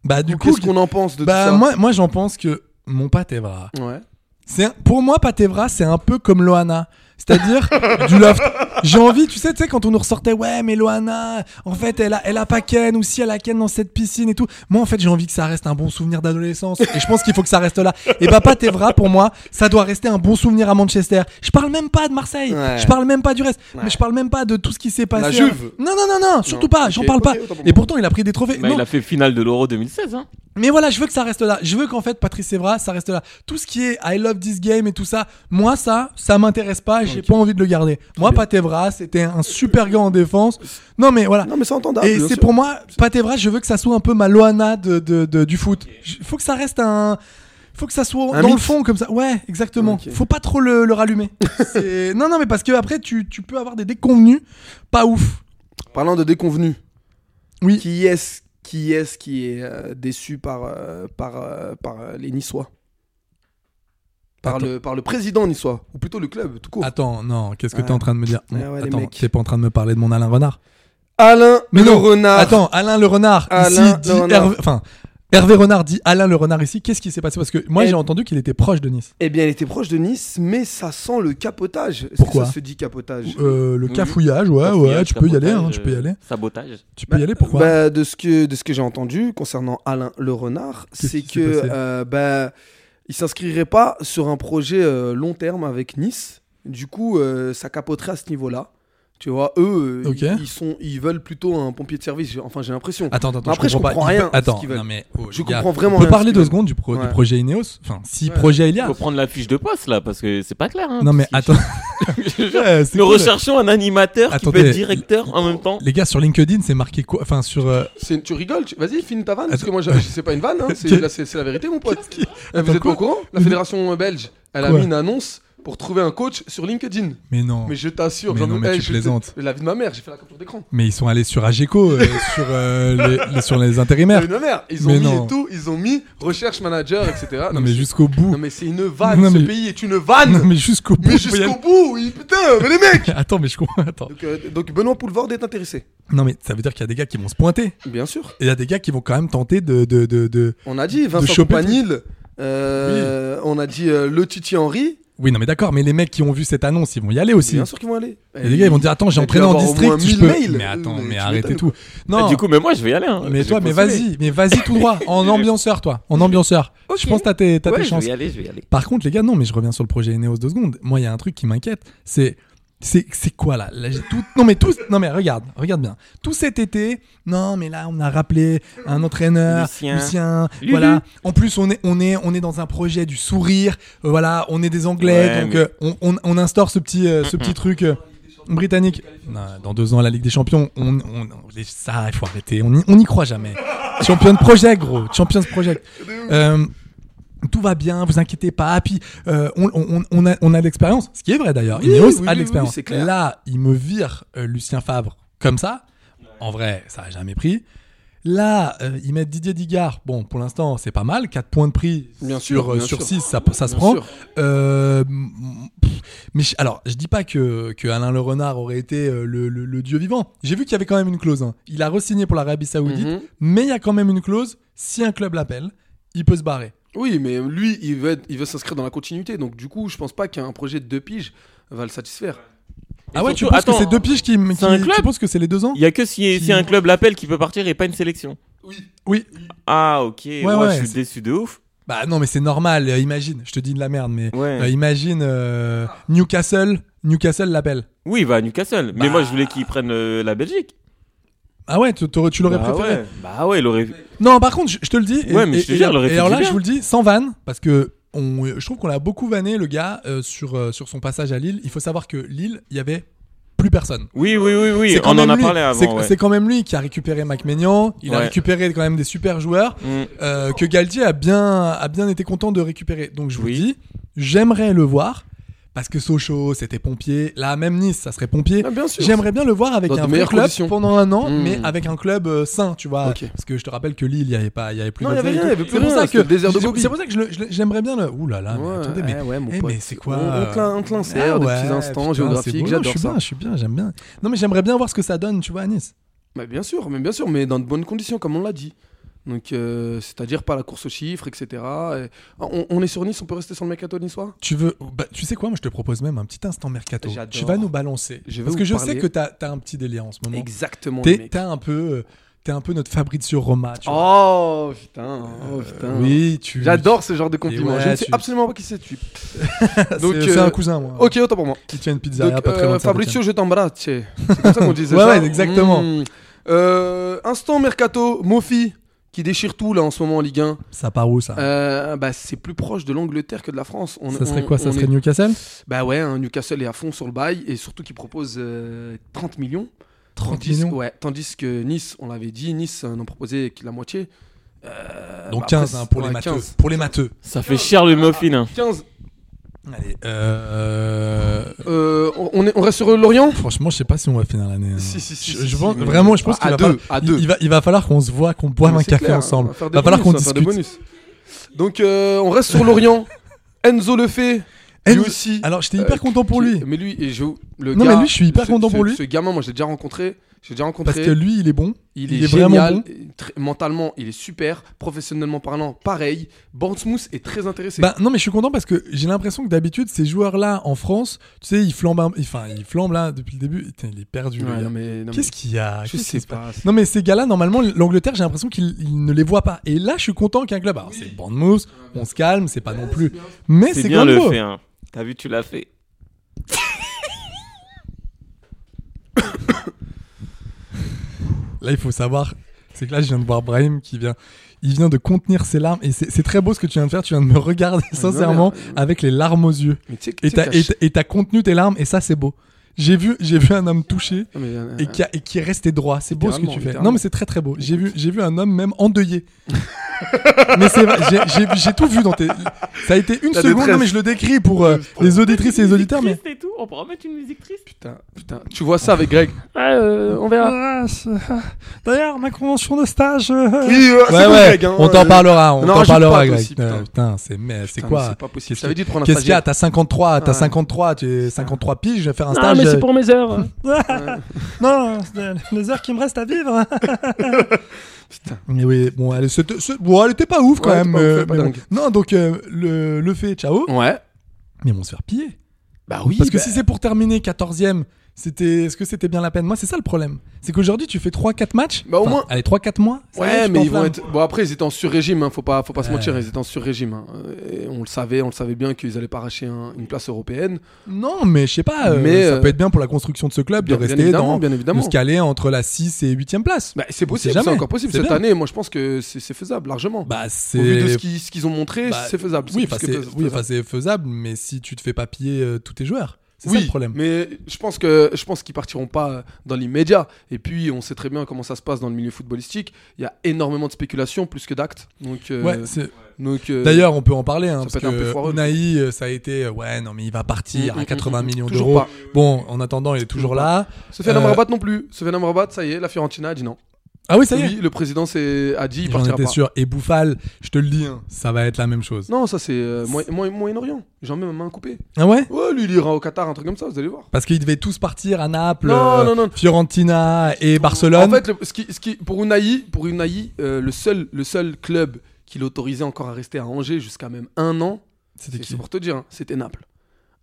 H: Bah Ah. du coup,
I: qu'est-ce qu'on en pense de
H: bah
I: tout ça
H: moi, moi j'en pense que mon pâte Evra.
I: Ouais.
H: C'est un- pour moi Patevra, c'est un peu comme Loana. C'est-à-dire du loft. J'ai envie, tu sais, tu sais, quand on nous ressortait, ouais, mais Loana, en fait, elle a, elle a pas Ken, ou si elle a Ken dans cette piscine et tout. Moi, en fait, j'ai envie que ça reste un bon souvenir d'adolescence. Et je pense qu'il faut que ça reste là. Et bah, Patevra, pour moi, ça doit rester un bon souvenir à Manchester. Je parle même pas de Marseille.
I: Ouais.
H: Je parle même pas du reste. Mais je parle même pas de tout ce qui s'est passé.
I: Juve.
H: Non, non, non, non, surtout
I: Non.
H: pas.
I: Ok,
H: J'en parle
I: ok,
H: pas.
I: autant pour
H: Et pourtant, il a pris des trophées.
E: Bah,
H: Non,
E: il a fait finale de l'Euro 2016. Hein.
H: mais voilà, je veux que ça reste là. Je veux qu'en fait, Patrice Evra, ça reste là. Tout ce qui est I love this game et tout ça, moi, ça, ça m'intéresse pas. J'ai pas envie de le garder. Moi, Pat Evra, c'était un super gars en défense. Non, mais voilà.
I: Non, mais c'est entendable.
H: et
I: bien
H: c'est
I: sûr.
H: pour moi, Pat Evra, je veux que ça soit un peu ma Loana de, de- de- du foot. Je- Faut que ça reste un. Faut que ça soit
I: Un
H: dans le
I: mix.
H: fond comme ça. Ouais, exactement.
I: Ok.
H: Faut pas trop le, le
I: [laughs]
H: rallumer. C'est- non, non, mais parce que après, tu, tu peux avoir des déconvenus pas ouf.
I: Parlant de déconvenus,
H: Oui.
I: qui est-ce qui est, qui est euh, déçu par, euh, par, euh, par euh, les Niçois par
H: Attends.
I: le, par le président niçois, ou plutôt le club, tout court.
H: Attends, non, qu'est-ce que
I: Ouais.
H: t'es en train de me dire
I: Ouais, ouais, les
H: Attends,
I: mecs.
H: t'es pas en train de me parler de mon Alain Renard
I: Alain
H: Mais
I: le
H: non.
I: renard.
H: Attends, Alain le renard
I: Ah. Alain
H: ici dit
I: le Renard.
H: Hervé, enfin Hervé Renard dit Alain le renard ici. Qu'est-ce qui s'est passé Parce que moi
I: Eh.
H: j'ai entendu qu'il était proche de Nice.
I: Eh bien, elle était proche de Nice, mais ça sent le capotage. Est-ce que
H: Pourquoi
I: ça se dit capotage
H: Euh, le
E: Oui.
H: cafouillage, ouais, ouais,
E: Cafouillage,
H: tu peux y aller,
E: sabotage,
H: hein, tu peux y
E: euh,
H: aller,
E: Sabotage.
H: tu peux y aller. Pourquoi
I: Bah, de ce que de ce que j'ai entendu concernant Alain le renard,
H: Qu'est-ce
I: c'est
H: qui
I: que
H: s'est passé
I: euh, bah, il s'inscrirait pas sur un projet euh, long terme avec Nice. Du coup, euh, ça capoterait à ce niveau-là. Tu vois, eux, euh,
H: Ok.
I: ils, ils sont, ils veulent plutôt un pompier de service. j'ai- Enfin, j'ai l'impression.
H: Attends, attends,
I: Mais après,
H: je comprends, pas.
I: rien.
H: Il peut-
I: à ce
H: Attends,
I: qu'ils veulent.
H: non, mais oh,
I: je
H: les gars,
I: comprends vraiment.
H: On peut
I: rien à ce
H: parler
I: qu'ils
H: deux
I: veulent.
H: secondes du, pro- du
I: Ouais.
H: projet Ineos. Enfin, si
I: Ouais.
H: projet il y a.
E: Faut prendre la fiche de poste là parce que c'est pas clair. Hein,
H: Non
E: tout
H: mais
E: ce
I: [laughs]
E: qui- [laughs]
H: attends. Ouais, c'est
E: Nous
H: cool.
E: recherchons un animateur qui
H: Attendez,
E: peut être directeur en même temps.
H: Les gars sur LinkedIn c'est marqué quoi Enfin sur. euh,
I: C'est- Tu rigoles tu- Vas-y, finis ta vanne. Parce
H: Attends.
I: que moi, je- c'est pas une vanne. hein, c'est
H: Qu'est-
I: là, c'est- c'est la vérité, mon pote. Eh,
H: Attends,
I: Vous êtes pas
H: quoi Mmh.
I: au courant La fédération euh, belge, elle a
H: Quoi
I: mis une annonce pour trouver un coach sur LinkedIn.
H: Mais non.
I: Mais
H: Mais,
I: je t'assure,
H: Mais
I: j'en-
H: non, mais
I: eh,
H: tu
I: je te-
H: plaisantes.
I: La vie de ma mère, j'ai fait la capture d'écran.
H: ils sont allés sur Ageco,
I: [laughs]
H: euh, sur euh, les- les- sur les
I: La
H: intérimaires.
I: vie de ma mère, ils ont
H: Mais
I: mis
H: non.
I: et tout, ils ont mis recherche manager, etc.
H: Non mais
I: c'est-
H: jusqu'au bout.
I: Non mais c'est une vanne,
H: Non,
I: ce
H: mais-
I: pays est une vanne.
H: Non mais jusqu'au bout.
I: mais
H: faut y aller.
I: jusqu'au bout, oui, putain, mais les mecs.
H: [laughs] Attends mais je comprends. Attends.
I: donc, euh, donc Benoît Poulvord est intéressé.
H: Non, mais ça veut dire qu'il y a des gars qui vont se pointer.
I: Bien sûr.
H: Et il y a des gars qui vont quand même tenter de. de, de, de-
I: On a dit Vincent
H: choper
I: Campanile, Euh, On a dit euh, le Titi Henry.
H: Oui, non, mais d'accord, mais les mecs qui ont vu cette annonce, ils vont y aller aussi.
I: Bien sûr qu'ils vont aller.
H: Et les gars, ils vont dire Attends, j'ai
I: Et
H: entraîné
I: tu vas
H: en
I: avoir au
H: district,
I: moins
H: je
I: 1000
H: peux.
I: mails.
H: Mais attends,
I: Mais
H: mais
I: tu
H: arrêtez
I: m'étonnes,
H: tout.
E: quoi.
H: Non.
E: Ah, du coup, mais moi, je vais y aller, hein.
H: Mais
E: J'ai
H: toi, mais
E: postulé.
H: vas-y, mais vas-y tout droit,
E: [laughs]
H: en ambianceur, toi, en ambianceur. Je pense que t'as tes, t'as
E: Ouais,
H: tes
E: je
H: chances.
E: vais y aller, je vais y aller.
H: Par contre, les gars, non, mais je reviens sur le projet Eneos deux secondes. Moi, il y a un truc qui m'inquiète, c'est c'est c'est quoi là, Là, j'ai tout... Non mais tout, non mais regarde, regarde bien. Tout cet été, non mais là on a rappelé un entraîneur,
E: Lucien.
H: Lucien,
E: Lulu.
H: voilà. En plus on est on est on est dans un projet du sourire, euh, voilà, on est des Anglais,
E: Ouais,
H: donc
E: mais-
H: euh, on, on, on instaure ce petit euh, ce petit truc euh, britannique. Non, dans deux ans la Ligue des Champions, on, on, on- les- ça il faut arrêter, on y, on y croit
I: [laughs]
H: jamais. Champion de projet gros, Champions Project. Euh, tout va bien, vous inquiétez pas. Puis euh, on, on- on a, on a de l'expérience, ce qui est vrai d'ailleurs.
I: Oui,
H: Ineos
I: oui,
H: a
I: oui,
H: de l'expérience.
I: oui, c'est clair.
H: Là, il me vire euh, Lucien Favre comme ça. En vrai, ça a jamais pris. Là, euh, ils mettent Didier Digard. Bon, pour l'instant, c'est pas mal. 4 points de prix
I: Bien
H: sur, euh,
I: sûr, bien
H: sur 6,
I: sûr.
H: ça, ça se
I: Bien
H: prend.
I: sûr.
H: Euh, pff, mais je- alors, je dis pas que, que Alain Le Renard aurait été euh, le, le- le dieu vivant. J'ai vu qu'il y avait quand même une clause. hein. Il a re-signé pour l'Arabie Saoudite,
I: Mhm.
H: mais il y a quand même une clause. Si un club l'appelle, il peut se barrer.
I: Oui, mais lui, il veut, être- il veut s'inscrire dans la continuité. Donc, du coup, je pense pas qu'un projet de deux piges va le satisfaire.
H: ah ouais, tu
E: surtout,
H: penses que
E: attends,
H: c'est deux piges qui, qui,
E: c'est un club
H: tu penses que c'est les deux ans
E: Il y a que si, si un club l'appelle qui peut partir et pas une sélection.
H: Oui.
E: Ah, ok. Moi,
H: ouais,
E: je suis
H: c'est-
E: déçu de ouf.
H: Bah non, mais c'est normal. euh, imagine, je te dis de la merde, mais
E: Ouais.
H: euh, imagine euh, Newcastle, Newcastle l'appelle.
E: Oui, il va à Newcastle. Mais
H: Bah.
E: moi, je voulais qu'il prenne euh, la Belgique.
H: Ah ouais, tu t'aurais- tu l'aurais
E: bah
H: préféré.
E: Ouais. Bah ouais, il aurait.
H: Non, par contre, je, je te le dis.
E: Ouais, mais je te jure, elle aurait
H: et
E: fait
H: alors
E: du
H: là,
E: bien.
H: je vous le dis, sans vanne, parce que on, je trouve qu'on l'a beaucoup vanné le gars euh, sur euh, sur son passage à Lille. Il faut savoir que Lille, il y avait plus personne.
E: Oui, oui, oui, oui.
H: C'est quand
E: On en
H: même
E: a
H: lui-
E: parlé
H: C'est
E: avant. ouais.
H: c'est quand même lui qui a récupéré MacMaignan. Il a
E: Ouais.
H: récupéré quand même des super joueurs
E: Mm.
H: euh, que Galtier a bien, a bien été content de récupérer. Donc je vous
E: Oui.
H: dis, j'aimerais le voir. Parce que Sochaux, c'était pompier. Là, même Nice, ça serait pompier.
I: Ah, bien sûr.
H: J'aimerais bien le voir avec
I: Dans de
H: un vrai
I: meilleures
H: club
I: conditions.
H: pendant un an,
I: Mm.
H: mais avec un club euh, sain, tu vois.
I: Ok.
H: Parce que je te rappelle que Lille, il n'y avait pas, il y avait plus.
I: Non, il y
H: d'intérêt
I: avait
H: et tout.
I: rien, il y avait plus
H: C'est pour
I: rien,
H: ça
I: c'était
H: que
I: le désert de
H: c'est-
I: Gobi.
H: C'est pour ça que je le- je le- j'aimerais bien le. Ouh là là, Ah, mais
I: Ouais,
H: attendez, mais,
I: ouais, ouais, mon
H: eh,
I: pote.
H: mais c'est quoi
I: On- on
H: euh,
I: te l'in- on te l'insère,
H: ah
I: des petits instants
H: putain,
I: géographiques,
H: c'est beau. Non,
I: j'adore
H: Je suis
I: ça.
H: bien, je suis bien, j'aime bien. Non, mais j'aimerais bien voir ce que ça donne, tu vois, à Nice.
I: Bah, bien sûr, mais bien sûr, mais dans de bonnes conditions, comme on l'a dit. Donc, euh, c'est-à-dire pas la course aux chiffres, etc. Et- Ah, on, on est sur Nice, on peut rester sur le mercato niçois
H: Tu veux, bah, tu sais quoi, moi je te propose même un petit instant mercato.
I: J'adore.
H: Tu vas nous balancer.
I: Je vais
H: Parce
I: vous
H: que je
I: parler.
H: sais que t'as as un petit délire en ce moment.
I: Exactement. les
H: T'es
I: mecs.
H: t'as un peu, euh, t'es un peu notre Fabrizio Roma. Tu vois.
I: Oh putain, oh putain.
H: oui, tu-
I: J'adore ce genre de compliments.
H: ouais,
I: je ne sais
H: tu-
I: absolument pas qui
H: [laughs]
I: c'est tu.
H: C'est-
I: Donc,
H: c'est
I: euh,
H: un cousin, moi.
I: Ok, autant pour moi.
H: Qui tient une pizzeria
I: Donc,
H: pas très
I: euh,
H: loin de
I: Fabrizio,
H: Saint-Étienne.
I: je t'embrasse. C'est c'est comme ça qu'on
H: [laughs]
I: disait
H: Ouais,
I: ça.
H: ouais, exactement.
I: Mm. Euh, instant mercato, Mofi qui déchire tout là en ce moment en Ligue 1.
H: Ça part où ça
I: Euh, bah, c'est plus proche de l'Angleterre que de la France. On-
H: Ah. Ça serait
I: on-
H: quoi Ça
I: on
H: serait
I: est-
H: Newcastle
I: Bah ouais, hein, Newcastle est à fond sur le bail et surtout qui propose euh, 30 millions.
H: 30
I: Tandis-
H: millions.
I: Ouais, tandis que Nice, on l'avait dit, Nice euh, n'en proposait que la moitié. Euh,
H: Donc
I: bah,
H: 15
I: après,
H: hein, pour,
I: ouais,
H: les mateux,
I: 15.
H: pour les matheux.
E: Ça fait cher le muffin. hein.
I: 15.
H: Allez, euh, euh,
I: Euh, on, on est- on reste sur Lorient
H: franchement, je sais pas si on va finir l'année. hein.
I: Si, si, si,
H: Je-
I: si,
H: je
I: si,
H: pense-
I: mais- Ah,
H: vraiment, je pense
I: À
H: qu'il va,
I: deux,
H: falloir-
I: à
H: il-
I: deux.
H: il va, il va falloir qu'on se voit, qu'on boive
I: Mais
H: un
I: c'est
H: café
I: clair, hein, on
H: ensemble.
I: va faire des
H: va falloir qu'on
I: bonus, on va faire des
H: discute.
I: bonus. Donc, euh, on reste
H: [laughs]
I: sur Lorient. Enzo Lefebvre, lui
H: Enzo-
I: aussi.
H: Alors, j'étais
I: euh,
H: hyper content pour
I: qui-
H: lui.
I: Mais lui, et je- le
H: Non,
I: gars-
H: mais lui, je suis hyper
I: ce-
H: content
I: ce-
H: pour lui.
I: Ce gamin, moi, j'ai déjà rencontré. J'ai déjà rencontré.
H: Parce que lui, il est bon.
I: Il, est,
H: vraiment
I: génial,
H: bon.
I: et très- mentalement il est super, professionnellement parlant pareil. Bournemouth est très intéressé.
H: Bah, non, mais je suis content parce que j'ai l'impression que d'habitude, ces joueurs-là en France, tu sais, ils flambent, un- enfin, ils flambent là depuis le début. Putain, il est perdu. le
I: Ouais,
H: gars.
I: non, mais- non,
H: Qu'est-ce
I: mais-
H: qu'il y a
I: Je
H: Qu'est-ce
I: sais
H: qui se passe
I: pas, c'est-
H: Non, mais ces gars-là, normalement, l'Angleterre, j'ai l'impression qu'ils ils ne les voient pas. Et là, je suis content qu'un club. Alors, c'est Bournemouth, on se calme, c'est pas non plus. Mais
E: C'est
H: c'est
E: bien
H: quand même
E: le
H: beau.
E: fait. hein. T'as vu, tu l'as fait.
H: Là, il faut savoir, c'est que là, je viens de voir Brahim qui vient. Il vient de contenir ses larmes et c'est c'est très beau ce que tu viens de faire. Tu viens de me
I: [laughs]
H: regarder sincèrement avec les larmes aux yeux.
I: Mais tu sais que-
H: Et
I: tu sais
H: t'as
I: que
H: et
I: t'as-
H: t'as- et t'as contenu tes larmes et ça, c'est beau. J'ai vu, j'ai vu un homme touché
I: Non, mais, euh,
H: et qui, a- et qui est resté droit. C'est beau ce que
I: Littéralement,
H: tu fais.
I: littéralement.
H: Non, mais c'est très très beau. J'ai vu, j'ai vu un homme même endeuillé. [laughs] mais c'est vrai, j'ai- j'ai j'ai tout vu dans tes. Ça a été une
I: Ta
H: seconde.
I: détresse.
H: Non, mais je le décris pour euh, les auditrices et les auditeurs. Mais
E: Triste et tout. On pourra mettre une musique triste.
I: Putain, putain, tu vois ça avec Greg
E: on verra.
H: [laughs] d'ailleurs, ma convention de stage. euh,
I: Oui, ouais, c'est
H: Ouais,
I: bon,
H: ouais,
I: Greg, hein,
H: on
I: euh,
H: t'en parlera, on
I: n'en
H: t'en
I: rajoute pas,
H: parlera,
I: toi
H: Greg.
I: aussi, putain.
H: Euh, Putain, c'est mais c'est
I: Putain,
H: quoi
I: mais c'est pas possible.
H: Qu'est-ce
I: Je t'avais
H: qu'il-
I: dit de prendre un
H: Qu'est-ce qu'il y a
I: stagiaire.
H: T'as 53,
I: Ouais.
H: t'as 53, tu es 53 piges, je vais faire un
C: Ah,
H: stage.
C: mais c'est
H: euh, [laughs]
C: pour mes heures.
I: [laughs]
H: non, les heures qui me restent à vivre. Mais oui, bon, elle, c'était- c'est- bon, elle était pas ouf quand
I: Ouais, elle
H: même.
I: était pas ouf, elle
H: euh,
I: est pas
H: mais bon.
I: dingue.
H: Non, donc euh, le, le fait, ciao.
I: Ouais.
H: Mais ils vont se faire piller.
I: Bah oui,
H: Parce que
I: bah-
H: si c'est pour terminer 14ème, c'était... est-ce que c'était bien la peine Moi, c'est ça le problème. C'est qu'aujourd'hui, tu fais 3-4 matchs.
I: Bah au
H: Enfin,
I: moins.
H: Allez, 3-4 mois. ça y est,
I: Ouais,
H: tu
I: mais ils vont
H: t'enflammes.
I: être. Bon, après, ils étaient en sur-régime, hein, faut pas, faut pas se
H: Ouais.
I: mentir, ils étaient en sur-régime. hein. Euh, et On le savait, on le savait bien qu'ils allaient pas arracher un- une place européenne.
H: Non, mais je sais pas. euh,
I: Mais,
H: ça
I: euh,
H: peut être bien pour la construction de ce club
I: bien-
H: de
I: bien
H: rester
I: évidemment,
H: dans.
I: bien évidemment.
H: De se caler entre la 6 et 8 place.
I: Bah, c'est
H: On sait
I: possible,
H: jamais.
I: c'est encore possible.
H: C'est
I: Cette
H: bien.
I: année, moi, je pense que c'est c'est faisable, largement.
H: Bah,
I: Au vu de
H: c'est-
I: ce qu'ils ce qu'ils ont montré,
H: Bah,
I: c'est faisable.
H: Oui,
I: plus
H: enfin,
I: que
H: c'est
I: fais-
H: oui,
I: faisable.
H: enfin, c'est faisable, mais si tu te fais pas piller euh, tous tes joueurs, c'est
I: oui,
H: ça le problème.
I: Mais je pense que je pense qu'ils partiront pas dans l'immédiat. Et puis on sait très bien comment ça se passe dans le milieu footballistique. Il y a énormément de spéculation plus que d'actes. Donc euh,
H: Ouais, c'est-
I: donc, euh,
H: D'ailleurs, on peut en parler. Hein,
I: ça
H: parce
I: peut être un peu
H: que
I: foireux.
H: Unai, euh, ça a été euh, ouais, non, mais il va partir
I: Mm, mm,
H: à 80
I: mm,
H: millions
I: toujours
H: d'euros.
I: pas.
H: Bon, en attendant, il est toujours là.
I: Sofiane
H: Euh,
I: Amrabat non plus. Sofiane Amrabat, ça y est, la Fiorentina a dit non.
H: Ah oui, ça y est.
I: le président s'est- a dit il
H: J'en
I: partira
H: étais
I: pas.
H: sûr. Et Bouffal, je te le dis, hein, ça va être la même chose.
I: Non, ça c'est euh, Moyen- Moyen- Moyen-Orient. J'en mets ma main coupée.
H: Ah ouais
I: Ouais, lui il ira au Qatar, un truc comme ça, vous allez voir.
H: Parce qu'ils devaient tous partir à Naples,
I: Non,
H: euh,
I: non, non.
H: Fiorentina et Barcelone.
I: En fait, le- ce qui, ce qui- pour Unai, pour Unai, euh, le seul, le seul club qui l'autorisait encore à rester à Angers jusqu'à même un an,
H: C'était
I: c'est- c'est pour te dire, hein, c'était Naples.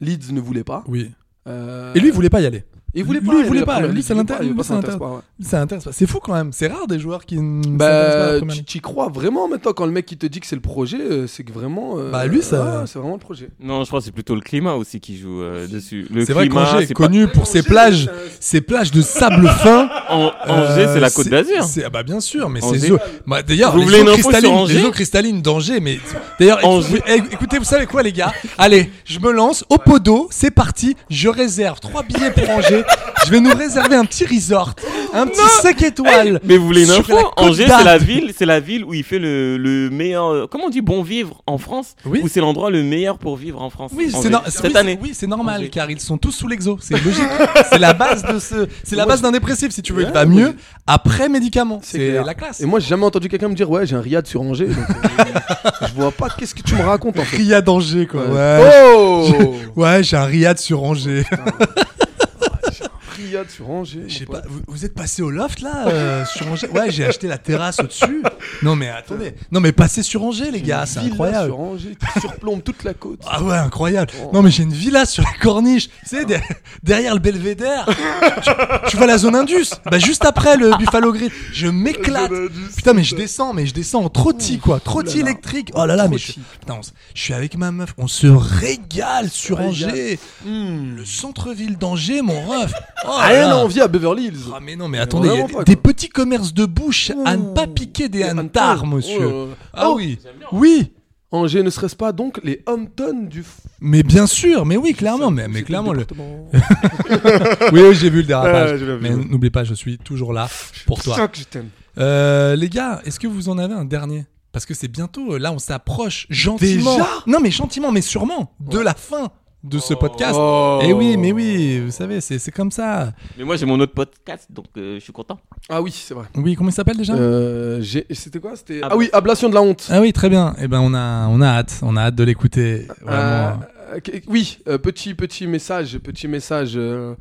I: Leeds ne voulait pas.
H: Oui.
I: Euh,
H: Et lui, il voulait pas y aller.
I: Il voulait
H: Lui,
I: pas.
H: il voulait
I: la
H: pas.
I: première
H: Lui,
I: ligue,
H: ça
I: il voulait pas,
H: l'intéresse.
I: il
H: lui,
I: voulait pas
H: ça l'intéresse
I: s'intéresser pas, ouais.
H: Ça l'intéresse pas. C'est fou quand même. C'est rare des joueurs qui ne s'intéressent pas à la
I: Bah,
H: Première
I: tu
H: Ligue.
I: tu y crois vraiment maintenant quand le mec qui te dit que c'est le projet, euh, c'est que vraiment. euh,
H: Bah, lui, ça-
I: ouais, c'est vraiment le projet.
E: Non, je crois que c'est plutôt le climat aussi qui joue euh, dessus. Le
H: C'est vrai
E: climat,
H: qu'Angers est
E: c'est
H: connu
E: pas-
H: pour ses plages, ses plages de sable [laughs] fin.
E: An- Angers, c'est la Côte d'Azur.
H: euh, c'est- Ah bah bien sûr, mais
E: Angers.
H: ces eaux. bah, D'ailleurs,
E: Vous
H: les
E: voulez une
H: eaux
E: info sur
H: cristallines,
E: Angers
H: les eaux cristallines d'Angers. Mais d'ailleurs, écoutez, écoutez, vous savez quoi, les gars Allez, je me lance au pot d'eau. C'est parti. Je réserve trois billets pour Angers. Je vais nous réserver un petit resort, un petit 5 étoiles.
E: Eh, Mais vous voulez une
H: sur
E: info
H: la Côte
E: Angers, c'est la
H: d'Arte.
E: ville, c'est la ville où il fait le, le meilleur. euh, Comment on dit bon vivre en France
H: Oui.
E: Où c'est l'endroit le meilleur pour vivre en France
H: Oui,
E: Angers.
H: c'est no- oui,
E: cette
H: c'est-
E: année.
H: oui, c'est normal car ils sont tous sous l'exo, c'est logique. [laughs] c'est la base de ce c'est la base d'un dépressif si tu veux, il va mieux après médicaments. C'est
I: clair.
H: la classe.
I: Et moi, j'ai jamais entendu quelqu'un me dire Ouais, j'ai un riad sur Angers. donc,
H: [laughs]
I: euh, je vois pas. Qu'est-ce que tu me racontes en fait
H: Ria d'Angers quoi.
I: Ouais.
H: Ouais.
I: Oh
H: J'ai- [laughs] Ouais, j'ai un riad sur Angers.
I: Riad sur
H: [laughs]
I: Angers. mon
H: Je sais
I: pote.
H: pas, vous, vous êtes passé au loft là euh, sur Angers Ouais, j'ai acheté la terrasse au-dessus. Non mais attendez. Non mais passez sur Angers les gars, c'est
I: Villa
H: incroyable.
I: Sur Angers, qui surplombe toute la côte.
H: Ah ouais, incroyable. Non, mais j'ai une villa sur la corniche. Tu sais, der- derrière le belvédère. tu, tu vois la zone Indus Bah, juste après le Buffalo Grill. Je m'éclate. Putain, mais je descends, mais je descends en trottis, quoi. Trottis électrique. Oh là là, mais je, putain, on s- je suis avec ma meuf. On se régale sur Angers.
I: Hmm.
H: Le centre-ville d'Angers, mon ref. Oh là
I: Rien
H: là.
I: à envier à Beverly Hills.
H: Ah, mais non, mais attendez, il y a
I: Vraiment pas,
H: des
I: quoi.
H: petits commerces de bouche à ne pas piquer des
I: Anne
H: hannetars,
I: Tard.
H: monsieur.
I: Oh là là.
H: Ah
I: Oh,
H: oui, oui.
I: Angers ne serait-ce pas donc les Hamptons du f-
H: Mais bien sûr, mais oui, clairement, mais, mais clairement le. Ah,
I: département.
H: oui, oui, j'ai vu le dérapage.
I: Ouais, j'ai bien vu.
H: mais n'oublie pas, je suis toujours là pour
I: Putain
H: toi.
I: que je t'aime.
H: Euh, les gars, est-ce que vous en avez un dernier Parce que c'est bientôt. euh, Là, on s'approche gentiment.
I: Déjà
H: non, mais gentiment, mais sûrement de la fin de ce podcast.
I: Oh.
H: Et Eh oui, mais oui, vous savez, c'est c'est comme ça.
E: Mais moi, j'ai mon autre podcast, donc euh, je suis content.
I: Ah oui, c'est vrai.
H: Oui, comment il s'appelle déjà
I: Euh, j'ai- C'était quoi C'était ah oui, ablation de la honte.
H: Ah oui, très bien. Eh ben, on a, on a hâte, on a hâte de l'écouter. Vraiment.
I: Euh, ok, oui, euh, petit petit message, petit message. euh,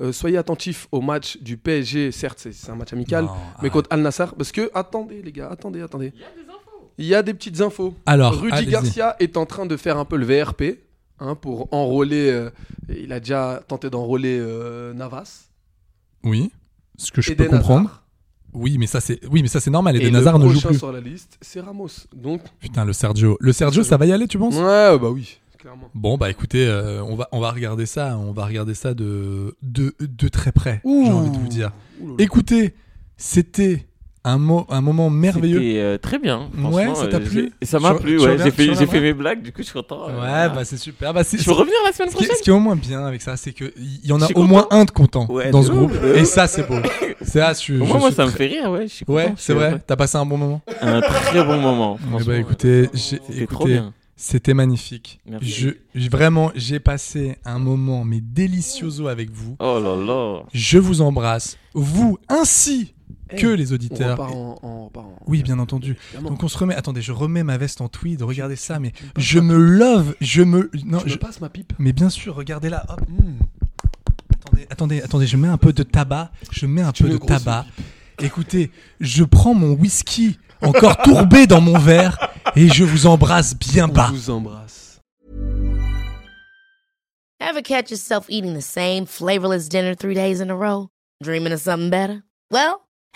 I: euh, soyez attentifs au match du PSG. Certes, c'est- c'est un match amical,
H: Non,
I: mais contre Al Nassr, parce que attendez les gars, attendez, attendez. Il y a des infos. Il y a des petites infos.
H: Alors,
I: Rudy
H: Ah, allez-y.
I: Garcia est en train de faire un peu le VRP hein, pour enrôler. euh, il a déjà tenté d'enrôler euh, Navas.
H: Oui, ce que je
I: Eden
H: peux comprendre.
I: Hazard.
H: Oui, mais ça c'est, oui, mais ça c'est normal.
I: Et
H: Eden
I: le
H: Hazard ne joue
I: prochain
H: plus.
I: sur la liste, c'est Ramos. Donc,
H: Putain, le Sergio, le Sergio, ça va y aller, tu penses
I: ouais, bah oui, clairement.
H: Bon bah écoutez, euh, on va on va regarder ça, hein. on va regarder ça de de, de très près. J'ai
I: Ouh.
H: envie de vous dire.
I: Ouh là là.
H: Écoutez, c'était un mo- un moment merveilleux.
E: C'était euh, très bien. franchement,
H: Ouais, ça t'a
E: euh,
H: plu
E: j'ai- Ça m'a
H: Tu-
E: plu,
H: tu
E: ouais.
H: reviens-
E: J'ai
H: tu
E: fait, j'ai
H: reviendras
E: fait mes blagues, du coup, je suis content.
H: Ouais,
E: euh,
H: bah c'est super. Bah, c'est-
E: Je peux revenir la semaine
H: ce qui, est-
E: prochaine
H: ce qui est au moins bien avec ça, c'est que il y en a
E: Je suis
H: au moins un de content
E: Ouais,
H: dans
E: de
H: ce
E: ouf,
H: groupe.
E: de
H: Et
E: ouf.
H: ça c'est
E: [laughs]
H: beau. C'est là, je suis-
E: Au
H: je
E: moins, moi,
H: suis
E: ça me
H: très-
E: fait rire, ouais. Je suis
H: Ouais,
E: content, je
H: c'est
E: suis
H: vrai.
E: heureux.
H: T'as passé un bon moment.
E: Un très bon moment.
H: Eh
E: franchement.
H: ben, écoutez, j'ai-
E: C'était trop
H: écoutez,
E: bien.
H: c'était magnifique.
E: Merci.
H: Je, je- vraiment, j'ai passé un moment mais délicioso avec vous.
E: Oh là là.
H: Je vous embrasse, vous ainsi que les
I: Eh, On
H: auditeurs.
I: repart en- on repart en-
H: Oui, bien entendu.
I: Évidemment.
H: Donc on se remet. Attendez, je remets ma veste en tweed. Regardez ça, mais je me love, je me. Non,
I: Je
H: je.
I: passe ma pipe.
H: Mais bien sûr, regardez là.
I: Hmm.
H: Hop. Attendez, attendez, attendez. Je mets un peu de tabac. Je mets un peu
I: veux
H: de
I: grosse
H: tabac. Écoutez, je prends mon whisky encore [laughs] tourbé dans mon verre et je vous embrasse bien bas.
I: vous embrasse.
J: Ever catch yourself eating the same flavorless dinner three days in a row? Dreaming of something better? Well,